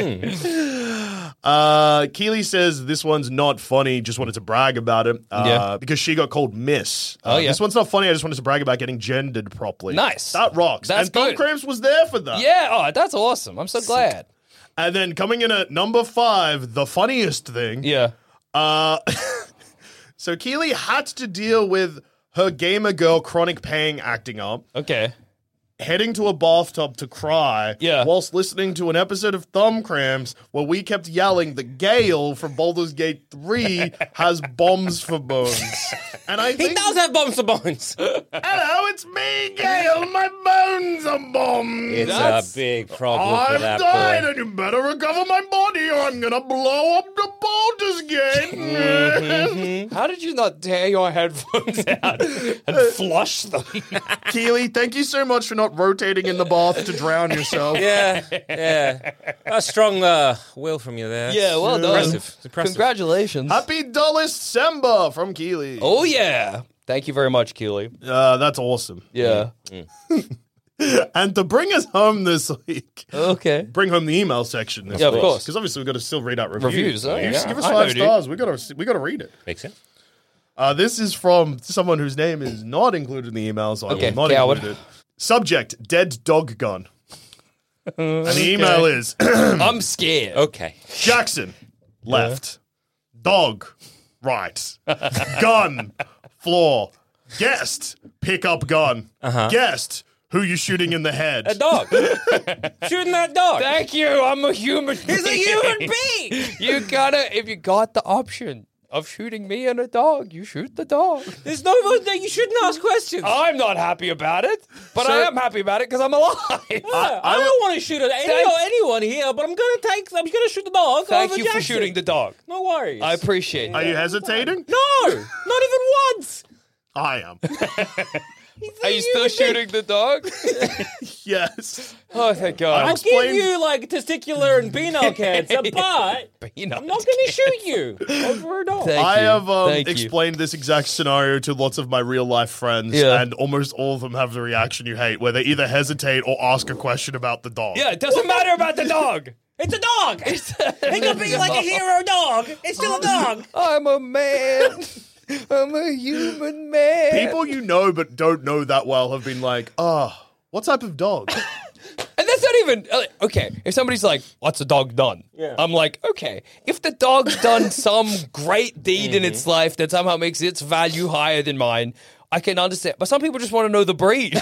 C: yeah.
B: Uh, Keely says this one's not funny. Just wanted to brag about it. Uh,
C: Yeah.
B: Because she got called Miss. Uh,
C: Oh, yeah.
B: This one's not funny. I just wanted to brag about getting gendered properly.
C: Nice.
B: That rocks.
C: That's
B: and Tom
C: good.
B: Cramps was there for that.
C: Yeah, oh, that's awesome. I'm so glad.
B: And then coming in at number five, the funniest thing.
C: Yeah.
B: Uh, so Keely had to deal with her gamer girl chronic pain acting up.
C: Okay.
B: heading to a bathtub to cry
C: Yeah.
B: whilst listening to an episode of Thumb Cramps where we kept yelling that Gale from Baldur's Gate 3 has bombs for bones. And I
M: He
B: think,
M: does have bombs to bones.
B: hello, it's me, Gale. My bones are bombs.
M: It's
C: That's-
M: a big problem for
B: I've
M: that
B: died,
M: boy.
B: and you better recover my body or I'm gonna blow up the Baldur's Gate.
C: How did you not tear your headphones out and flush them? Mm-hmm.
B: Keely, thank you so much for not rotating in the bath to drown yourself.
M: Yeah, yeah. A strong uh, will from you there.
C: yeah, well done.
M: Impressive. It's impressive.
C: Congratulations.
B: Happy dullest Semba from Keely.
C: Oh, yeah. Thank you very much, Keely.
B: Uh, that's awesome.
C: Yeah.
B: And to bring us home this week,
C: Okay.
B: bring home the email section. This
C: Yeah, of course.
B: Because obviously we've got to still read out reviews.
C: Reviews, oh,
B: You just
C: yeah.
B: Give us
C: I know,
B: five
C: dude.
B: stars. We got to we got to read it.
M: Makes sense.
B: Uh, this is from someone whose name is not included in the email, so
C: Okay,
B: I will not
C: coward.
B: include it. Subject: Dead dog gun. and the email is
C: I'm scared.
M: Okay.
B: Jackson left, dog right, gun floor, guest pick up gun, guest who you shooting in the head.
M: A Uh-huh. Uh, dog. Shooting that dog.
C: Thank you. I'm a human.
M: He's a human being.
C: you gotta if you got the option of shooting me and a dog, you shoot the dog.
M: There's no one that you shouldn't ask questions.
C: I'm not happy about it, but I am happy about it because I'm alive.
M: Yeah, I, don't want to shoot at any,
C: Thank-
M: anyone here, but I'm gonna take. I'm gonna shoot the dog.
C: Thank
M: over
C: you for
M: Jackson.
C: shooting the dog.
M: No worries.
C: I appreciate
B: Are
C: it.
B: you hesitating?
M: no, not even once.
B: I am.
C: Are you still shooting the dog?
B: yes.
C: Oh, thank
M: I'll
C: God.
B: explain-
M: give you like testicular and penile cancer, but I'm
C: You know,
M: not gonna shoot you over a dog.
C: Thank
B: I
C: you.
B: have um,
C: Thank you.
B: explained this exact scenario to lots of my real life friends,
C: Yeah.
B: and almost all of them have the reaction you hate, where they either hesitate or ask a question about the dog.
C: Yeah, it doesn't matter about the dog.
M: It's a dog. It's it could be like a hero dog. It's still a dog.
C: I'm a man. I'm a human man.
B: People you know but don't know that well have been like, oh, what type of dog?
C: And that's not even uh, okay. If somebody's like, "What's a dog done?"
M: Yeah.
C: I'm like, okay. If the dog's done some great deed in
B: Mm-hmm.
C: its life that somehow makes its value higher than mine, I can understand. But some people just want to know the breed.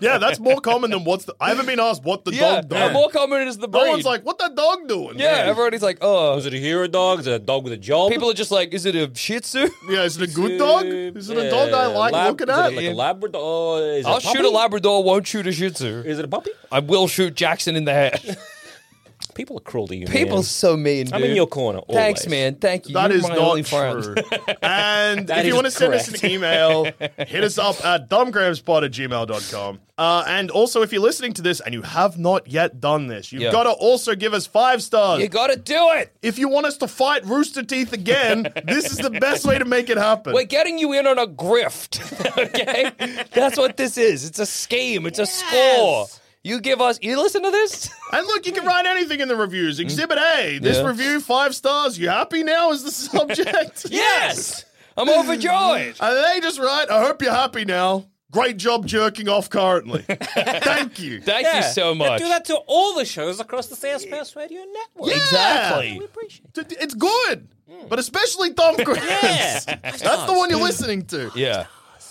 B: yeah, that's more common than what's the. I haven't been asked what the
C: yeah,
B: dog
C: and
B: done.
C: more common is the breed.
B: No one's like, what that dog doing?
C: yeah, everybody's like, oh.
M: Was it a hero dog? Is it a dog with a job?
C: People are just like, is it a Shih Tzu?
B: Yeah, is it a good dog? Is it a dog I like looking at?
M: Is it like a Labrador? uh, Is it
C: I'll
M: a puppy?
C: shoot a Labrador, won't shoot a Shih Tzu.
M: Is it a puppy?
C: I will shoot Jackson in the head.
M: People are cruel to you.
C: People
M: man.
C: so mean.
M: I'm in
C: dude.
M: your corner. Always.
C: Thanks, man. Thank you.
B: That
C: You're
B: is
C: my
B: not
C: only friend.
B: true. And
M: That
B: if you
M: is
B: want to send us
M: correct.
B: an email, hit us up at dumbgramspot at gmail.com. Uh, and also, if you're listening to this and you have not yet done this, you've
C: Yeah.
B: got to also give us five stars.
C: You gotta do it.
B: if you want us to fight Rooster Teeth again, this is the best way to make it happen.
C: We're getting you in on a grift. Okay? That's what this is. It's a scheme, it's a score. You give us you listen to this?
B: and look, you can write anything in the reviews. Exhibit A, this
C: Mm. Yeah.
B: review, five stars. You happy now is the subject.
C: Yes! I'm overjoyed.
B: And they just write, I hope you're happy now. Great job jerking off currently. Thank you.
C: Thank
M: Yeah.
C: you so
M: Now
C: much.
M: Do that to all the shows across the Southwest Radio Network.
C: Exactly.
M: We appreciate. it.
B: T- t- It's good, but especially Thumb Cramps.
M: Yeah.
B: That's the one you're listening to.
C: Yeah.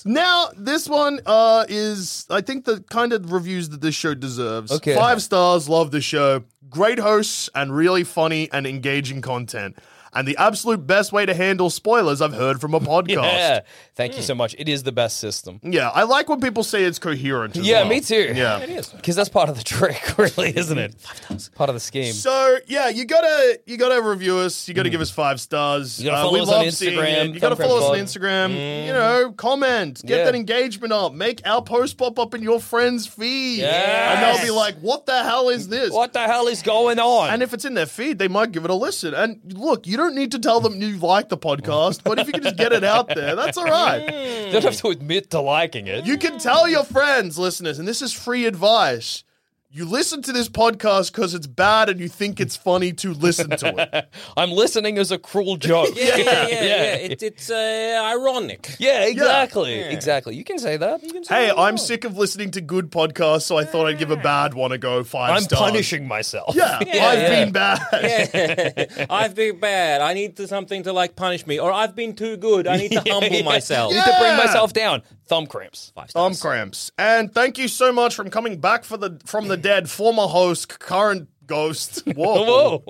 B: Now, this one uh, is, I think, the kind of reviews that this show deserves.
C: Okay.
B: Five stars, love the show. Great hosts and really funny and engaging content. And the absolute best way to handle spoilers I've heard from a podcast.
C: Yeah. Thank you so much. It is the best system.
B: Yeah, I like when people say it's coherent. as
C: yeah,
B: well.
C: me too.
B: Yeah.
C: Because that's part of the trick, really, isn't it? Part of the scheme.
B: So yeah, you gotta you gotta review us. You gotta give us five stars.
C: Hmm.
B: Uh,
C: You gotta follow
B: we
C: us on
B: love seeing
C: Instagram,
B: it. You gotta
C: Thumbprint
B: follow us on
C: Pod.
B: Instagram. You know, comment, get
C: Yeah.
B: that engagement up, make our post pop up in your friends' feed, and
C: Yes.
B: they'll be like, "What the hell is this?
C: What the hell is going on?
B: And if it's in their feed, they might give it a listen. And look, you don't need to tell them you like the podcast, but if you can just get it out there, that's all right.
C: You don't have to admit to liking it.
B: You can tell your friends, listeners, and this is free advice. You listen to this podcast because it's bad and you think it's funny to listen to it.
C: I'm listening as a cruel joke.
M: Yeah, yeah, yeah. yeah. It, it's uh, ironic.
C: Yeah, exactly.
M: Yeah.
C: Exactly. You can say that. You can say
B: Hey,
C: that.
B: I'm sick of listening to good podcasts, so I thought I'd give a bad one a go. 5
C: I'm
B: stars.
C: punishing myself.
B: Yeah,
M: Yeah,
B: I've
M: yeah.
B: been bad.
M: Yeah. I've been bad. I need to, something to like punish me, or I've been too good. I need to humble myself.
C: I need to bring
B: Yeah.
C: myself down. Thumb cramps. Five
B: Thumb
M: Um,
B: cramps. And thank you so much for coming back for the from the dead, former host, current ghost. Whoa.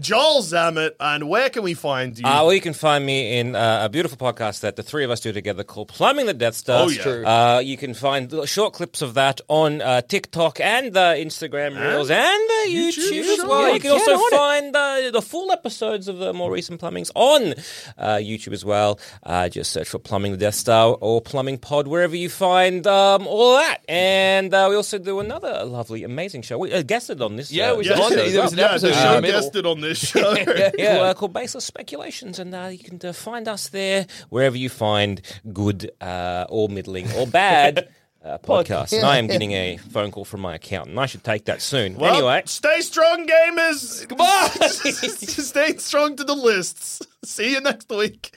B: Joel Zammit, and where can we find you?
M: Uh, well, you can find me in uh, a beautiful podcast that the three of us do together called Plumbing the Death Star.
B: Oh, yeah. True.
M: Uh, you can find little short clips of that on uh, TikTok and the Instagram Reels and the YouTube,
B: YouTube,
M: as
B: sure.
M: well. you
B: Yeah,
M: can also
B: get on it.
M: find the, the full episodes of the more recent Plumbings on uh, YouTube as well. Uh, just search for Plumbing the Death Star or Plumbing Pod wherever you find um, all that. And uh, we also do another lovely, amazing show. We uh, guested on this.
C: Yeah,
M: uh,
C: we
M: this
C: did.
M: show
C: There was
M: as well.
C: an
B: yeah,
C: episode
B: the
C: in
B: show
C: the middle.
B: guested on this show.
M: yeah. uh, called Baseless Speculations, and uh, you can uh, find us there wherever you find good uh, or middling or bad uh, podcasts. And I am getting a phone call from my accountant. I should take that soon.
B: Well,
M: anyway,
B: stay strong, gamers.
C: Goodbye.
B: stay strong to the lists. See you next week.